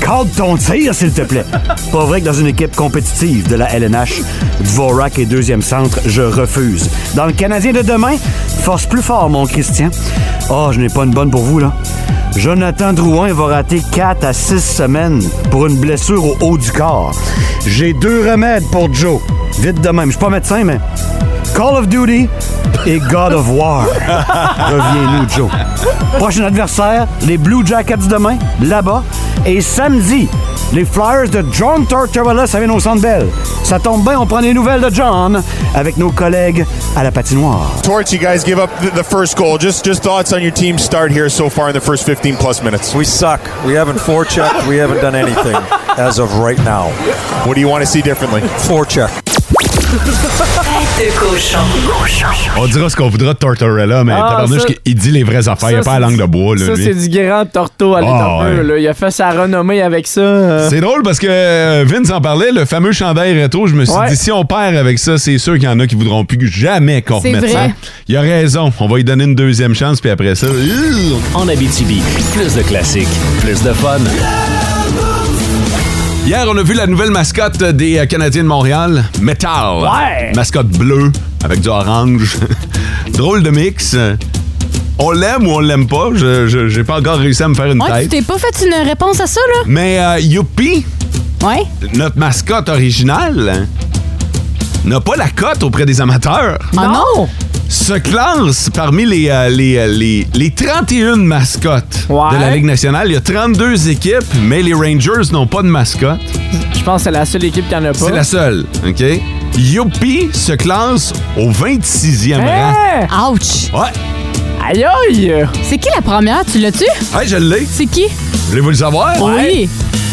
Speaker 15: cale ton tir, s'il te plaît. Pas vrai que dans une équipe compétitive de la LNH, Dvorak est deuxième centre, je refuse. Dans le Canadien de demain, force plus fort, mon Christian. Oh, je n'ai pas une bonne pour vous, là. Jonathan Drouin va rater 4 à 6 semaines pour une blessure au haut du corps. J'ai deux remèdes pour Joe. Vite de même. Je suis pas médecin, mais Call of Duty et God of War. Reviens-nous, Joe. Prochain adversaire, les Blue Jackets demain, là-bas. Et samedi, les Flyers de John Tortorella, ça vient au Centre Bell. Ça tombe bien, on prend les nouvelles de John avec nos collègues à la patinoire.
Speaker 16: Torts, you guys give up th- the first goal. Just just thoughts on your team's start here so far in the first 15 plus minutes. We suck. We haven't forechecked. We haven't done anything as of right now. What do you want to see differently? Forecheck.
Speaker 6: Tête de cochon.
Speaker 3: On dira ce qu'on voudra de Tortorella, mais
Speaker 5: Ah,
Speaker 3: tabarnouche,
Speaker 5: ça-
Speaker 3: il dit les vraies affaires. il n'y a
Speaker 5: Ça,
Speaker 3: pas la
Speaker 5: c'est-
Speaker 3: langue de bois, là,
Speaker 5: Ça,
Speaker 3: lui.
Speaker 5: c'est du grand torto à
Speaker 3: Ah,
Speaker 5: l'étendue,
Speaker 3: ouais.
Speaker 5: là. Il a fait sa renommée avec ça. euh.
Speaker 3: C'est drôle parce que euh, Vince en parlait, le fameux chandail rétro. Je me suis dit, si on perd avec ça, c'est sûr qu'il y en a qui voudront plus jamais qu'on
Speaker 14: C'est
Speaker 3: remette ça.
Speaker 14: vrai.
Speaker 3: Il a raison. On va lui donner une deuxième chance, puis après ça.
Speaker 14: En Abitibi, plus de classiques, plus de fun.
Speaker 3: Hier, on a vu la nouvelle mascotte des euh, Canadiens de Montréal, Metal.
Speaker 6: Ouais.
Speaker 3: Mascotte bleue avec du orange. (laughs) Drôle de mix. On l'aime ou on l'aime pas. Je je- j'ai pas encore réussi à me faire une
Speaker 4: Ouais,
Speaker 3: tête.
Speaker 4: tu t'es pas fait une réponse à ça, là?
Speaker 3: Mais euh, Youpi,
Speaker 4: Ouais.
Speaker 3: notre mascotte originale, n'a pas la cote auprès des amateurs.
Speaker 4: Ah non!
Speaker 3: se classe parmi les, euh, les, euh, les, les 31 mascottes de la Ligue nationale. Il y a 32 équipes, mais les Rangers n'ont pas de mascotte.
Speaker 5: Je pense que c'est la seule équipe qui en a pas.
Speaker 3: C'est la seule, OK? Youpi se classe au 26e rang.
Speaker 4: Hein? Ouch!
Speaker 3: Ouais.
Speaker 5: Aïe aïe!
Speaker 4: C'est qui la première? Tu l'as-tu?
Speaker 3: Hey, je l'ai.
Speaker 4: C'est qui?
Speaker 3: Voulez-vous le savoir?
Speaker 4: Oui.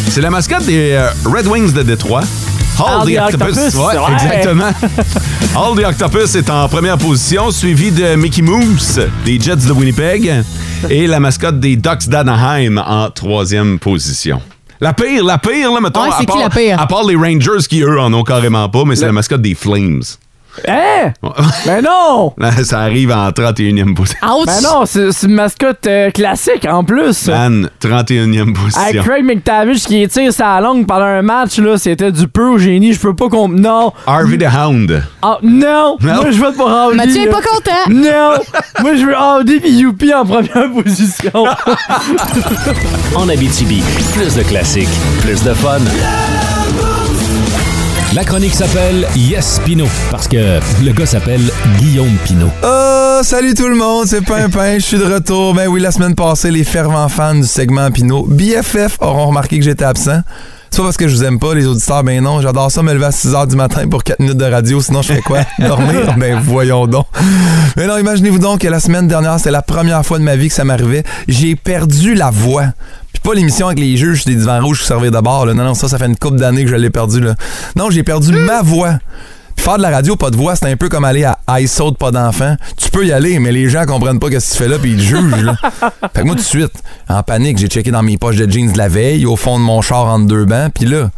Speaker 3: C'est la mascotte des euh, Red Wings de Détroit. Hall
Speaker 6: Hall
Speaker 3: the
Speaker 6: the
Speaker 3: Octopus.
Speaker 6: Octopus,
Speaker 3: Ouais,
Speaker 6: ouais. (laughs)
Speaker 3: exactement. Hall the Octopus est en première position, suivi de Mickey Mouse des Jets de Winnipeg et la mascotte des Ducks d'Anaheim en troisième position. La pire, la pire, là, mettons.
Speaker 6: Ouais,
Speaker 3: à
Speaker 6: c'est qui
Speaker 3: part-
Speaker 6: la pire?
Speaker 3: À part les Rangers qui, eux, en ont carrément pas, mais c'est la mascotte des Flames.
Speaker 5: Hein? Mais
Speaker 3: (laughs)
Speaker 5: non!
Speaker 3: Ça arrive en 31e position.
Speaker 5: Mais Ben non, c'est c'est une mascotte euh, classique en plus.
Speaker 3: Man, 31e
Speaker 6: Ah,
Speaker 5: Avec
Speaker 3: position.
Speaker 5: Craig McTavish qui tire sa langue pendant un match, là, c'était du peu au génie. Je peux pas qu'on. Non!
Speaker 3: Harvey the Hound.
Speaker 5: Ah, non!
Speaker 3: Non.
Speaker 5: Moi, je vote pour Audi.
Speaker 4: Mathieu est
Speaker 5: là.
Speaker 4: pas content.
Speaker 5: Non! Moi, je veux Audi puis Youpi en première (laughs) position.
Speaker 14: En Abitibi, plus de classiques, plus de fun. La chronique s'appelle Yes Pino parce que le gars s'appelle Guillaume Pino.
Speaker 17: Oh, salut tout le monde, c'est Pimpin, je suis de retour. Ben oui, la semaine passée, les fervents fans du segment Pinot BFF auront remarqué que j'étais absent. C'est pas parce que je vous aime pas, les auditeurs, ben non, j'adore ça me lever à 6h du matin pour 4 minutes de radio, sinon je
Speaker 8: (laughs)
Speaker 17: fais quoi? Dormir? Ben voyons donc. Mais non, imaginez-vous donc que la semaine dernière, c'est la première fois de ma vie que ça m'arrivait. J'ai perdu la voix. Puis pas l'émission avec les juges des divans rouges qui servaient d'abord. là. Non, non, ça, ça fait une couple d'années que je l'ai perdu. Là. Non, j'ai perdu ma voix. Puis faire de la radio, pas de voix, c'est un peu comme aller à I Saute pas d'enfant. Tu peux y aller, mais les gens comprennent pas ce que tu fais là, puis ils te jugent. Là. fait que moi, tout de suite, en panique, j'ai checké dans mes poches de jeans de la veille, au fond de mon char entre deux bancs, puis là,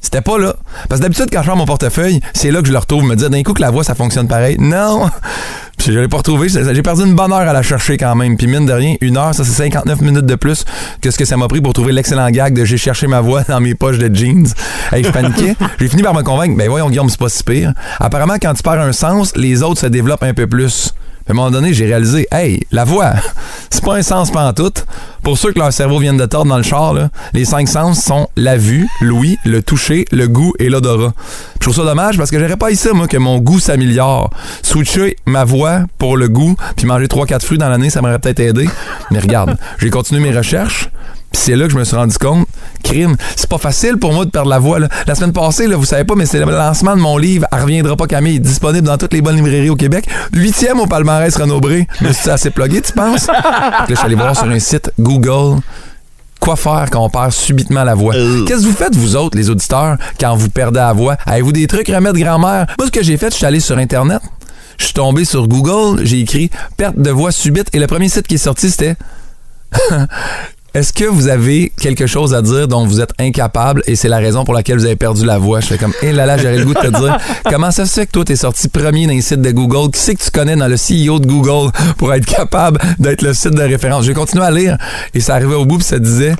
Speaker 17: c'était pas là. Parce que d'habitude, quand je prends mon portefeuille, c'est là que je le retrouve, me dire d'un coup que la voix, ça fonctionne pareil. Non! (laughs) Puis je l'ai pas retrouvé. J'ai j'ai perdu une bonne heure à la chercher quand même. Puis mine de rien, une heure, ça c'est 59 minutes de plus que ce que ça m'a pris pour trouver l'excellent gag de j'ai cherché ma voix dans mes poches de jeans. Hey, je paniquais. j'ai fini par me convaincre, ben voyons Guillaume, c'est pas si pire. Apparemment, quand tu perds un sens, les autres se développent un peu plus. Puis à un moment donné, j'ai réalisé, hey, la voix, (laughs) c'est pas un sens pantoute. Pour ceux que leur cerveau vient de tordre dans le char, là, les cinq sens sont la vue, l'ouïe, le toucher, le goût et l'odorat. Puis Je trouve ça dommage parce que j'aurais pas ici, moi, que mon goût s'améliore. Switcher ma voix pour le goût, puis manger trois, quatre fruits dans l'année, ça m'aurait peut-être aidé. Mais regarde, j'ai continué mes recherches. Puis c'est là que je me suis rendu compte, crime, c'est pas facile pour moi de perdre la voix. là. La semaine passée, là, vous savez pas, mais c'est le lancement de mon livre « Elle reviendra pas Camille », disponible dans toutes les bonnes librairies au Québec. Huitième au palmarès Renaud Bré. Mais c'est assez plugué, tu penses? Fait que là, je suis allé voir sur un site Google quoi faire quand on perd subitement la voix. Qu'est-ce que vous faites, vous autres, les auditeurs, quand vous perdez la voix? Avez-vous des trucs remèdes grand-mère? Moi, ce que j'ai fait, je suis allé sur Internet. Je suis tombé sur Google, j'ai écrit perte de voix subite et le premier site qui est sorti, c'était Est-ce que vous avez quelque chose à dire dont vous êtes incapable et c'est la raison pour laquelle vous avez perdu la voix? Je fais comme, hé là là, j'aurais le goût de te dire, comment ça se fait que toi, t'es sorti premier d'un site de Google? Qui c'est que tu connais dans le CEO de Google pour être capable d'être le site de référence? J'ai continué à lire et ça arrivait au bout puis ça disait,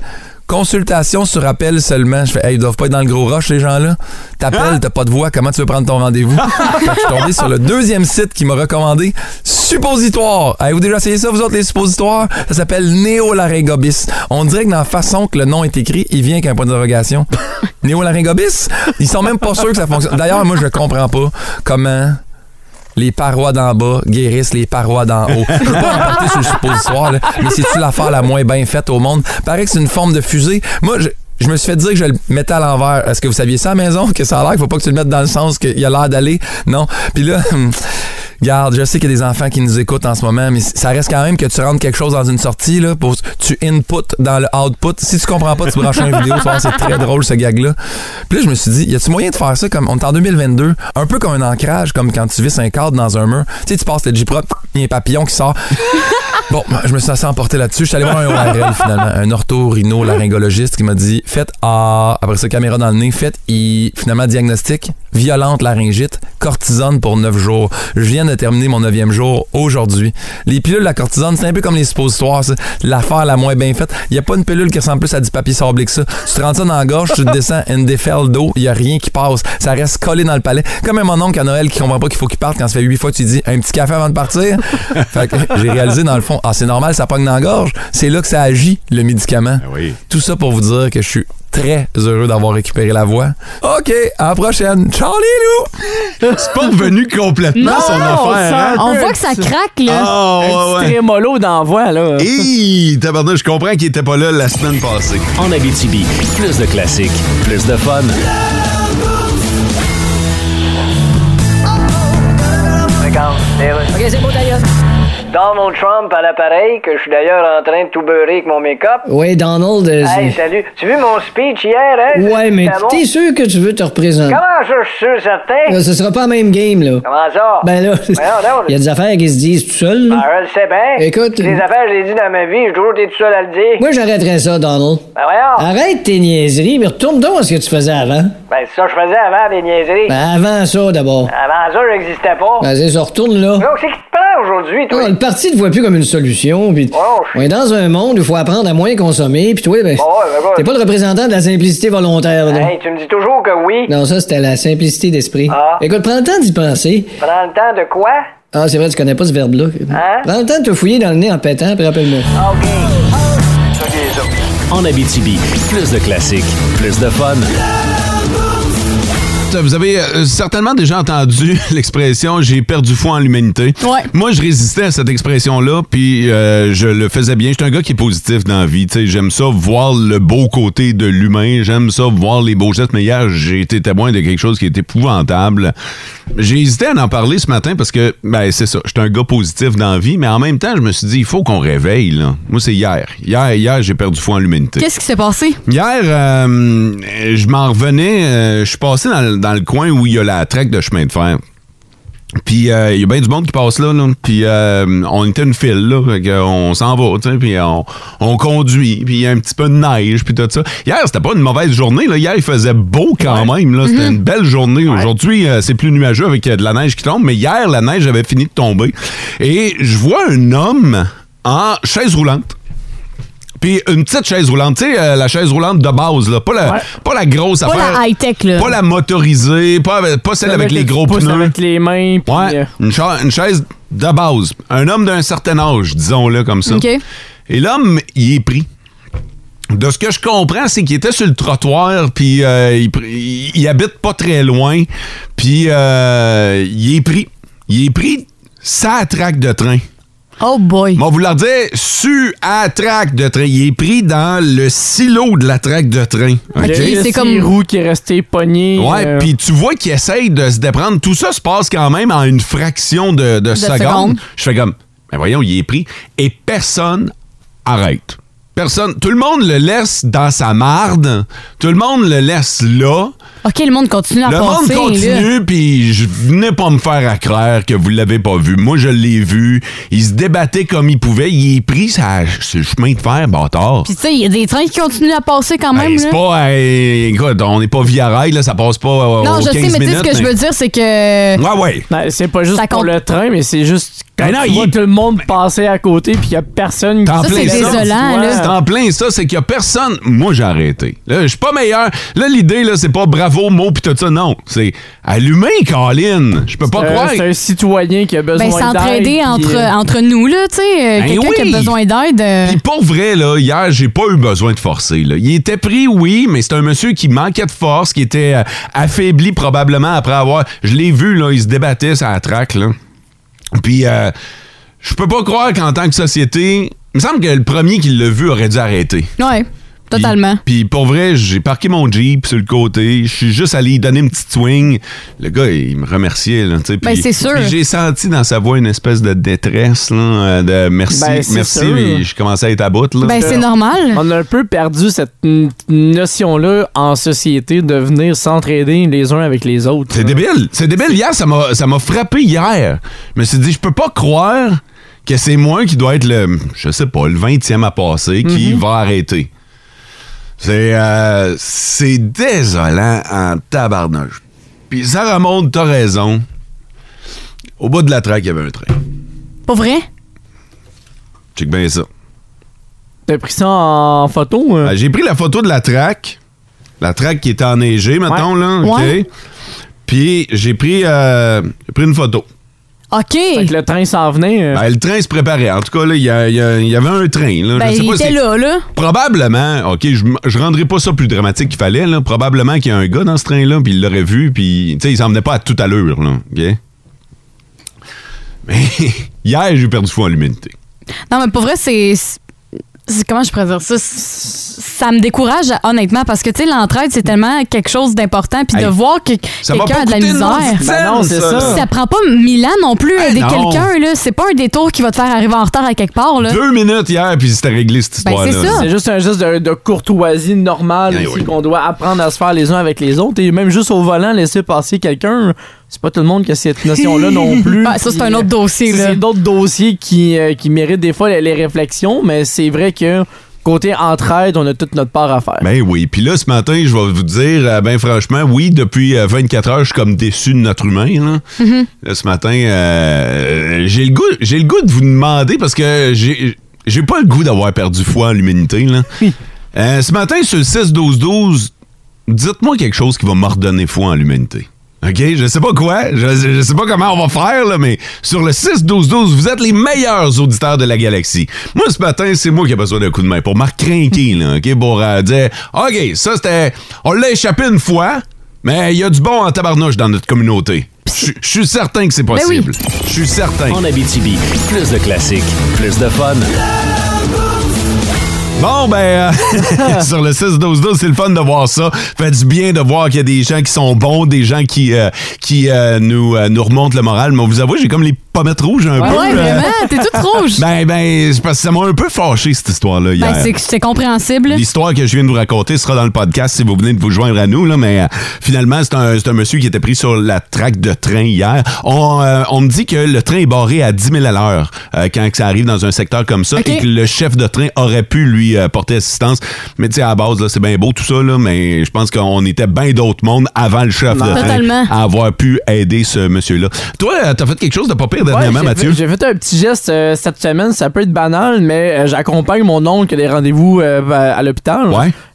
Speaker 17: consultation sur appel seulement. Je fais, hey, ils doivent pas être dans le gros rush, les gens-là. T'appelles, t'as pas de voix, comment tu veux prendre ton rendez-vous? Fait que je suis tombé sur le deuxième site qui m'a recommandé, Suppositoire. Avez-vous déjà essayé ça, vous autres, les suppositoires? Ça s'appelle Néolaryngobis. On dirait que dans la façon que le nom est écrit, il vient qu'un point d'interrogation. Néolaryngobis? Ils sont même pas sûrs que ça fonctionne. D'ailleurs, moi, je comprends pas comment les parois d'en bas guérissent les parois d'en haut. Je veux pas emporter sur le suppositoire, là, mais c'est-tu l'affaire la moins bien faite au monde? Paraît que c'est une forme de fusée. Moi, je- je me suis fait dire que je le mettais à l'envers. Est-ce que vous saviez ça à la maison? Que ça a l'air qu'il faut pas que tu le mettes dans le sens qu'il a l'air d'aller? Non. Puis là, (laughs) regarde, je sais qu'il y a des enfants qui nous écoutent en ce moment, mais ça reste quand même que tu rentres quelque chose dans une sortie, là, pour, tu input dans le output. Si tu comprends pas, tu branches une vidéo, tu vas voir, c'est très drôle, ce gag-là. Puis là, je me suis dit, y a-tu moyen de faire ça comme, on est en 2022, un peu comme un ancrage, comme quand tu vis un cadre dans un mur. Tu sais, tu passes le J-Prop, il y a un papillon qui sort. Bon, je me suis assez emporté là-dessus. Je suis allé voir un ORL finalement, un ortho-rhino-laryngologiste qui m'a dit faites A, après ça, caméra dans le nez, faites I. Finalement, diagnostic violente laryngite, cortisone pour 9 jours. Je viens de terminer mon 9e jour aujourd'hui. Les pilules de la cortisone, c'est un peu comme les suppositoires, ça. l'affaire la moins bien faite. Il n'y a pas une pilule qui ressemble plus à du papier sablé que ça. Tu te rentres ça dans la gorge, tu te descends, une déferle d'eau, il n'y a rien qui passe. Ça reste collé dans le palais. Comme mon oncle à Noël qui comprend pas qu'il faut qu'il parte quand ça fait 8 fois que tu dis un petit café avant de partir. fait que j'ai réalisé dans le fond, ah, c'est normal, ça pogne dans la gorge. C'est là que ça agit, le médicament. Tout ça pour vous dire que je suis très heureux d'avoir récupéré la voix. OK, à la prochaine. Charlie Lou!
Speaker 3: C'est pas revenu complètement
Speaker 4: Non,
Speaker 3: son affaire. hein?
Speaker 4: on voit que ça craque, là.
Speaker 3: Ah, ouais, ouais.
Speaker 5: mollo d'envoi, là.
Speaker 3: Hi, tabarnak, je comprends qu'il était pas là la semaine passée.
Speaker 2: En Abitibi, plus de classiques, plus de fun.
Speaker 12: Regarde, c'est vrai.
Speaker 6: Ok, c'est bon d'ailleurs.
Speaker 12: Donald Trump à l'appareil, que je suis d'ailleurs en train de tout beurrer avec mon make-up.
Speaker 7: Ouais, Donald. euh,
Speaker 12: Hey,
Speaker 7: c'est-
Speaker 12: salut. Tu as vu mon speech hier, hein?
Speaker 7: ouais, mais
Speaker 12: C'était bon?
Speaker 7: t'es sûr que tu veux te représenter?
Speaker 12: Comment ça, je suis sûr, certain?
Speaker 7: Là, ce sera pas la même game, là.
Speaker 12: Comment ça?
Speaker 7: Ben là,
Speaker 12: Voyons donc.
Speaker 7: (laughs) il y a des affaires qui se disent tout seul, là.
Speaker 12: Ah, je le sais bien.
Speaker 7: Écoute-
Speaker 12: Les affaires, je les dis dans ma vie, j'ai toujours été tout seul à le dire.
Speaker 7: Moi, j'arrêterais ça, Donald.
Speaker 12: Ben voyons.
Speaker 7: Arrête tes niaiseries, mais retourne donc à ce que tu faisais avant.
Speaker 12: Ben, c'est ça que je faisais avant, des niaiseries.
Speaker 7: Ben, avant ça, d'abord.
Speaker 12: Avant ça, j'existais pas.
Speaker 7: Vas-y, ça retourne, là.
Speaker 12: Donc, c'est qui te prend aujourd'hui, toi? Ah,
Speaker 7: Ah, le parti te voit plus comme une solution, puis on est dans un monde où il faut apprendre à moins consommer, puis toi,
Speaker 12: Ah,
Speaker 7: ben, t'es pas le représentant de la simplicité volontaire, là.
Speaker 12: Hey, tu me dis toujours que oui. Ah.
Speaker 7: Non, ça, c'était la simplicité d'esprit. Écoute, prends le temps d'y penser.
Speaker 12: Prends le temps de quoi? Hein?
Speaker 7: Ah, c'est vrai, tu connais pas ce verbe-là. Prends le temps de te fouiller dans le nez en pétant, puis rappelle-moi.
Speaker 2: En Abitibi, plus de classiques, plus de fun.
Speaker 3: Vous avez euh, certainement déjà entendu (laughs) l'expression j'ai perdu foi en l'humanité. Moi, je résistais à cette expression-là, puis euh, je le faisais bien. J'étais un gars qui est positif dans la vie. tu sais. J'aime ça voir le beau côté de l'humain. J'aime ça voir les beaux gestes. Mais hier, j'ai été témoin de quelque chose qui est épouvantable. J'ai hésité à en parler ce matin parce que, ben, c'est ça. J'étais un gars positif dans la vie, mais en même temps, je me suis dit, il faut qu'on réveille. Là. Moi, c'est hier. Hier, hier, j'ai perdu foi en l'humanité.
Speaker 4: Qu'est-ce qui s'est passé?
Speaker 3: Hier, euh, je m'en revenais, euh, je suis passé dans, le- dans le coin où il y a la traque de chemin de fer. Puis euh, il y a bien du monde qui passe là, là. puis euh, on était une file là, fait que on s'en va, tu sais, puis on, on conduit, puis il y a un petit peu de neige, puis tout ça. Hier, c'était pas une mauvaise journée, là. hier il faisait beau quand même, là. c'était
Speaker 4: Mhm.
Speaker 3: une belle journée. Aujourd'hui, euh, c'est plus nuageux avec euh, de la neige qui tombe, mais hier, la neige avait fini de tomber. Et je vois un homme en chaise roulante. Puis une petite chaise roulante, tu sais, euh, la chaise roulante de base, là. Pas la, pas la grosse
Speaker 4: Pas
Speaker 3: affaire.
Speaker 4: la high-tech, là.
Speaker 3: Pas la motorisée, pas, avec- pas celle
Speaker 4: Celle
Speaker 3: avec
Speaker 4: que
Speaker 3: les
Speaker 4: tu
Speaker 3: gros
Speaker 4: pousses
Speaker 3: pneus.
Speaker 4: avec
Speaker 5: les mains.
Speaker 3: Ouais, une, cha- une chaise de base. Un homme d'un certain âge, disons-le comme ça.
Speaker 4: OK.
Speaker 3: Et l'homme, il est pris. De ce que je comprends, c'est qu'il était sur le trottoir, puis euh, il, pr- il- il habite pas très loin, puis euh, il est pris. Il est pris, ça traque de train.
Speaker 4: Oh boy.
Speaker 3: Moi, vous leur dire, su à traque de train. Il est pris dans le silo de la traque de train. OK?
Speaker 5: C'est comme. roue qui est restée pognée.
Speaker 3: Ouais,
Speaker 5: euh,
Speaker 3: puis tu vois qu'il essaye de se déprendre. Tout ça se passe quand même en une fraction de, de seconde.
Speaker 5: seconde.
Speaker 3: Je fais comme, ben voyons, il est pris. Et personne arrête. Personne. Tout le monde le laisse dans sa marde. Tout le monde le laisse là.
Speaker 4: OK, le monde continue à
Speaker 3: Le monde
Speaker 4: penser.
Speaker 3: continue,
Speaker 4: là.
Speaker 3: puis je venais pas me faire à croire que vous l'avez pas vu. Moi, je l'ai vu. Il se débattait comme il pouvait. Il est pris sa- sur le chemin de fer, bâtard.
Speaker 4: Puis, tu sais, il y a des trains qui continuent à passer quand même.
Speaker 3: Hey,
Speaker 4: là.
Speaker 3: c'est pas. hey, écoute, on n'est pas via rail, là, ça passe pas. euh,
Speaker 4: Non,
Speaker 3: aux
Speaker 4: je
Speaker 3: 15
Speaker 4: sais, mais tu sais,
Speaker 3: minutes,
Speaker 4: ce que euh, je veux dire, c'est que.
Speaker 3: Ouais, ouais.
Speaker 5: ben, c'est pas juste
Speaker 4: Ça
Speaker 5: pour
Speaker 4: compte-
Speaker 5: le train, mais c'est juste. Quand
Speaker 3: Ben non,
Speaker 5: tu
Speaker 3: il
Speaker 5: vois
Speaker 3: est-
Speaker 5: tout le monde passer à côté, puis il y a personne qui.
Speaker 3: T'en
Speaker 5: Ça,
Speaker 3: plein
Speaker 5: c'est désolant, là.
Speaker 3: C'est en plein ça, c'est qu'il y a personne. Moi, j'ai arrêté. Là, je suis pas meilleur. Là, l'idée, là, c'est pas bravo, mot, puis tout ça. Non, c'est allumé, Colin. Je peux pas
Speaker 5: Euh,
Speaker 3: croire.
Speaker 5: c'est un citoyen qui a besoin
Speaker 4: Ben,
Speaker 5: d'aide.
Speaker 4: s'entraider
Speaker 5: puis,
Speaker 4: entre,
Speaker 5: euh,
Speaker 4: entre nous, là, tu sais. euh,
Speaker 3: Ben
Speaker 4: Quelqu'un
Speaker 3: oui.
Speaker 4: qui a besoin d'aide. euh,
Speaker 3: Puis pour vrai, là, hier, j'ai pas eu besoin de forcer. Là. Il était pris, oui, mais c'est un monsieur qui manquait de force, qui était euh, affaibli probablement après avoir. Je l'ai vu, là, il se débattait ça la traque. Là. Puis euh, je peux pas croire qu'en tant que société, il me semble que le premier qui l'a vu aurait dû arrêter.
Speaker 4: Ouais. Totalement.
Speaker 3: Puis pour vrai, j'ai parqué mon Jeep sur le côté. Je suis juste allé lui donner une petite swing. Le gars, il me remerciait. Là, tu sais,
Speaker 4: Ben,
Speaker 3: puis-
Speaker 4: c'est sûr.
Speaker 3: puis j'ai senti dans sa voix une espèce de détresse, là, euh, de merci,
Speaker 5: Ben, c'est
Speaker 3: merci.
Speaker 5: sûr.
Speaker 3: mais Je commençais à être à bout. Là.
Speaker 4: Ben, normal.
Speaker 5: On a un peu perdu cette n- notion-là en société de venir s'entraider les uns avec les autres.
Speaker 3: C'est débile. C'est débile. Hier, ça m'a Ah, ça m'a frappé hier. Je me suis dit, je peux pas croire que c'est moi qui dois être le, je sais pas, le 20e à passer qui
Speaker 5: Mhm.
Speaker 3: va arrêter. C'est euh, c'est désolant en tabarnouche. Puis ça remonte, t'as raison. Au bout de la traque, il y avait un train.
Speaker 4: Pas vrai?
Speaker 3: Check bien ça.
Speaker 5: T'as pris ça en photo? hein?
Speaker 3: Euh, J'ai pris la photo de la traque. La traque qui était enneigée, mettons, là. OK?
Speaker 5: Ouais.
Speaker 3: Puis j'ai pris, euh, j'ai pris une photo.
Speaker 4: OK.
Speaker 5: le train s'en venait. euh.
Speaker 3: Ben, le train se préparait. En tout cas, là, il y, a- il y a- il y avait un train. Là.
Speaker 4: Ben,
Speaker 3: je sais
Speaker 4: il
Speaker 3: pas
Speaker 4: était
Speaker 3: si-
Speaker 4: là, là.
Speaker 3: Probablement, OK, je, m- je rendrai pas ça plus dramatique qu'il fallait. Là. Probablement qu'il y a un gars dans ce train-là, puis il l'aurait vu, puis tu sais, il s'en venait pas à toute allure. Là, OK? (laughs) Mais hier, j'ai perdu foi en l'humanité.
Speaker 4: Non, mais pour vrai, c'est. c'est- Comment je pourrais dire ça? C'est- Ça me décourage, honnêtement, parce que, tu sais, l'entraide, c'est tellement quelque chose d'important. Puis de
Speaker 3: Hey,
Speaker 4: voir que
Speaker 3: ça m'a
Speaker 4: quelqu'un
Speaker 3: pas
Speaker 4: a de la
Speaker 3: coûté une
Speaker 4: misère.
Speaker 3: petite Ben non, scène, c'est ça, ça. là.
Speaker 4: Ça prend pas mille ans non plus à aider
Speaker 3: non.
Speaker 4: quelqu'un, là. C'est pas un détour qui va te faire arriver en retard à quelque part, là.
Speaker 3: Deux minutes hier, puis c'était réglé cette
Speaker 4: Ben,
Speaker 3: histoire-là. Eh
Speaker 4: c'est ça.
Speaker 5: C'est juste un geste de, de courtoisie normale aussi qu'on doit apprendre à se faire les uns avec les autres. Et même juste au volant, laisser passer quelqu'un, c'est pas tout le monde qui a cette notion-là
Speaker 4: (laughs)
Speaker 5: non plus.
Speaker 4: Ouais, Ben, ça, c'est
Speaker 5: Puis,
Speaker 4: un autre dossier, là.
Speaker 5: C'est d'autres dossiers qui, euh, qui méritent des fois les, les réflexions, mais c'est vrai que côté entraide, on a toute notre part à faire.
Speaker 3: Ben oui. Puis là, ce matin, je vais vous dire, euh, ben franchement, oui, depuis euh, 24 heures, je suis comme déçu de notre humain. Là.
Speaker 4: Mhm.
Speaker 3: Là, ce matin, euh, j'ai le goût, j'ai le goût de vous demander parce que j'ai, j'ai pas le goût d'avoir perdu foi en l'humanité. Là. Euh, ce matin, sur le 6-12-12, dites-moi quelque chose qui va m'ordonner foi en l'humanité. OK? Je sais pas quoi, je, je sais pas comment on va faire, là, mais sur le 6-12-12, vous êtes les meilleurs auditeurs de la galaxie. Moi, ce matin, c'est moi qui ai besoin d'un coup de main pour me recrinquer, là, OK? Pour euh, dire, OK, ça c'était. On l'a échappé une fois, mais il y a du bon en tabarnouche dans notre communauté. Je je suis certain que c'est
Speaker 2: Ben oui.
Speaker 3: possible. Je suis certain.
Speaker 2: En Abitibi, plus de classiques, plus de fun.
Speaker 3: Bon, ben, euh, (laughs) sur le 6-12-12, c'est le fun de voir ça. Fait du bien de voir qu'il y a des gens qui sont bons, des gens qui, euh, qui euh, nous, euh, nous remontent le moral. Mais on vous avoue, j'ai comme les pommettes rouges un
Speaker 4: Ouais,
Speaker 3: peu.
Speaker 4: ouais,
Speaker 3: euh.
Speaker 4: vraiment, t'es toute rouge.
Speaker 3: Ben, ben, c'est parce que ça m'a un peu fâché, cette histoire-là, hier.
Speaker 4: Ben, c'est- c'est compréhensible.
Speaker 3: L'histoire que je viens de vous raconter sera dans le podcast si vous venez de vous joindre à nous. Là, mais euh, finalement, c'est un, c'est un monsieur qui était pris sur la traque de train hier. On, euh, on me dit que le train est barré à 10 000 à l'heure euh, quand ça arrive dans un secteur comme ça
Speaker 4: Ok.
Speaker 3: et que le chef de train aurait pu lui euh, porter assistance. Mais tu sais, à la base, là, c'est bien beau tout ça, là, mais je pense qu'on était bien d'autres mondes avant le chef de
Speaker 5: Totalement.
Speaker 3: train à avoir pu aider ce monsieur-là. Toi, euh, t'as fait quelque chose de pas pire
Speaker 5: Ouais,
Speaker 3: dernièrement,
Speaker 5: j'ai
Speaker 3: Mathieu?
Speaker 5: fait- J'ai fait un petit geste euh, cette semaine, ça peut être banal, mais euh, j'accompagne mon oncle qui a des rendez-vous euh, à à l'hôpital.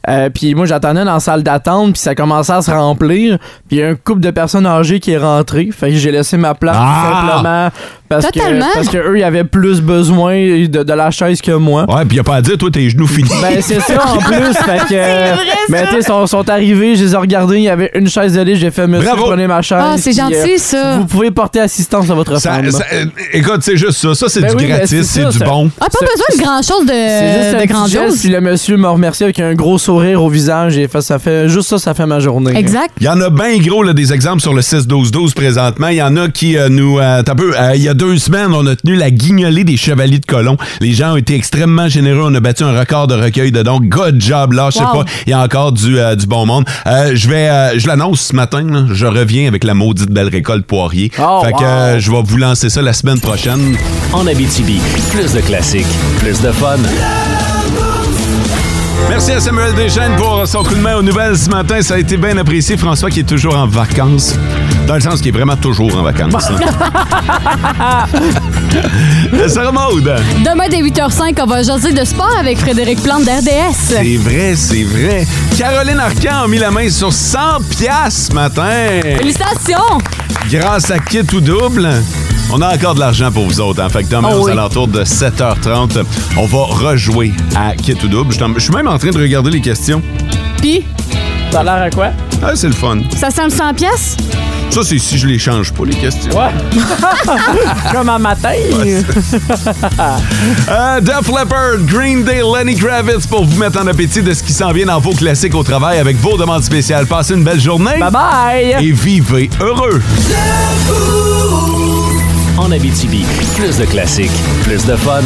Speaker 5: Euh, puis moi, j'attendais dans la salle d'attente, puis ça commençait à se remplir. Puis il y a un couple de personnes âgées qui est rentré. Fait que j'ai laissé ma place
Speaker 3: Ah!
Speaker 5: tout simplement parce
Speaker 3: Totalement.
Speaker 5: que parce que eux, ils avaient plus besoin de, de la chaise que moi.
Speaker 3: Ouais, puis y a pas à dire, toi, tes genoux finis.
Speaker 5: Ben c'est ça en plus, fait que euh, mais tu sais, sont sont arrivés, je les ai regardés, il y avait une chaise de lit, j'ai fait monsieur
Speaker 3: Bravo.
Speaker 5: prenez ma chaise.
Speaker 4: Ah, c'est
Speaker 5: puis, euh,
Speaker 4: gentil, ça.
Speaker 5: Vous pouvez porter assistance à votre
Speaker 3: Ça-
Speaker 5: femme.
Speaker 3: ça- euh, écoute, c'est juste ça. Ça, c'est
Speaker 5: Ben oui,
Speaker 3: du
Speaker 5: ben
Speaker 3: gratis,
Speaker 5: c'est
Speaker 3: c'est
Speaker 5: ça,
Speaker 3: du
Speaker 5: ça-
Speaker 3: bon.
Speaker 4: Ah, pas
Speaker 5: C'est-
Speaker 4: besoin de grand-chose
Speaker 5: C'est juste un
Speaker 4: de, de
Speaker 5: petit geste,
Speaker 4: grandiose.
Speaker 5: Puis le monsieur me remercie avec un gros sourire au visage. Et fait, ça fait, juste ça, ça fait ma journée.
Speaker 4: Exact.
Speaker 3: Il y en a bien gros là, des exemples sur le 6-12-12 présentement. Il y en a qui euh, nous... euh, t'as peu, euh, il y a deux semaines, on a tenu la guignolée des Chevaliers de Colomb. Les gens ont été extrêmement généreux. On a battu un record de recueil de dons. Good job, là. Je sais
Speaker 4: Wow.
Speaker 3: pas. Il y a encore du, euh, du bon monde. Euh, je vais... euh, je l'annonce ce matin. là. je reviens avec la maudite belle récolte poirier.
Speaker 4: Oh,
Speaker 3: fait que euh, je vais vous lancer ça la semaine prochaine.
Speaker 2: En Abitibi, plus de classiques, plus de fun.
Speaker 3: Merci à Samuel Deschaines pour son coup de main aux nouvelles ce matin. Ça a été bien apprécié. François qui est toujours en vacances. Dans le sens qu'il est vraiment toujours en vacances. hein.
Speaker 5: (laughs)
Speaker 3: là. Sarah Maud.
Speaker 4: (laughs) Demain, dès 8h05, on va jaser de sport avec Frédéric Plante d'RDS.
Speaker 3: C'est vrai, c'est vrai. Caroline Arcan a mis la main sur 100 piastres ce matin.
Speaker 4: Félicitations!
Speaker 3: Grâce à Kit ou Double, on a encore de l'argent pour vous autres. En fait que demain,
Speaker 4: Ah
Speaker 3: aux
Speaker 4: oui.
Speaker 3: alentours de 7h30, on va rejouer à Kit ou Double. Je t'en- Je suis même en train de regarder les questions.
Speaker 4: Puis,
Speaker 5: Ça a l'air à quoi?
Speaker 3: Ah, c'est le fun.
Speaker 4: Ça sent le 100 pièces?
Speaker 3: Ça, c'est si je les change pas, les questions.
Speaker 5: (laughs) Comme un matin. (laughs)
Speaker 3: Euh, Def Leppard, Green Day, Lenny Kravitz pour vous mettre en appétit de ce qui s'en vient dans vos classiques au travail avec vos demandes spéciales. Passez une belle journée. Bye
Speaker 5: bye.
Speaker 3: Et vivez heureux.
Speaker 2: En Abitibi, plus de classiques, plus de fun.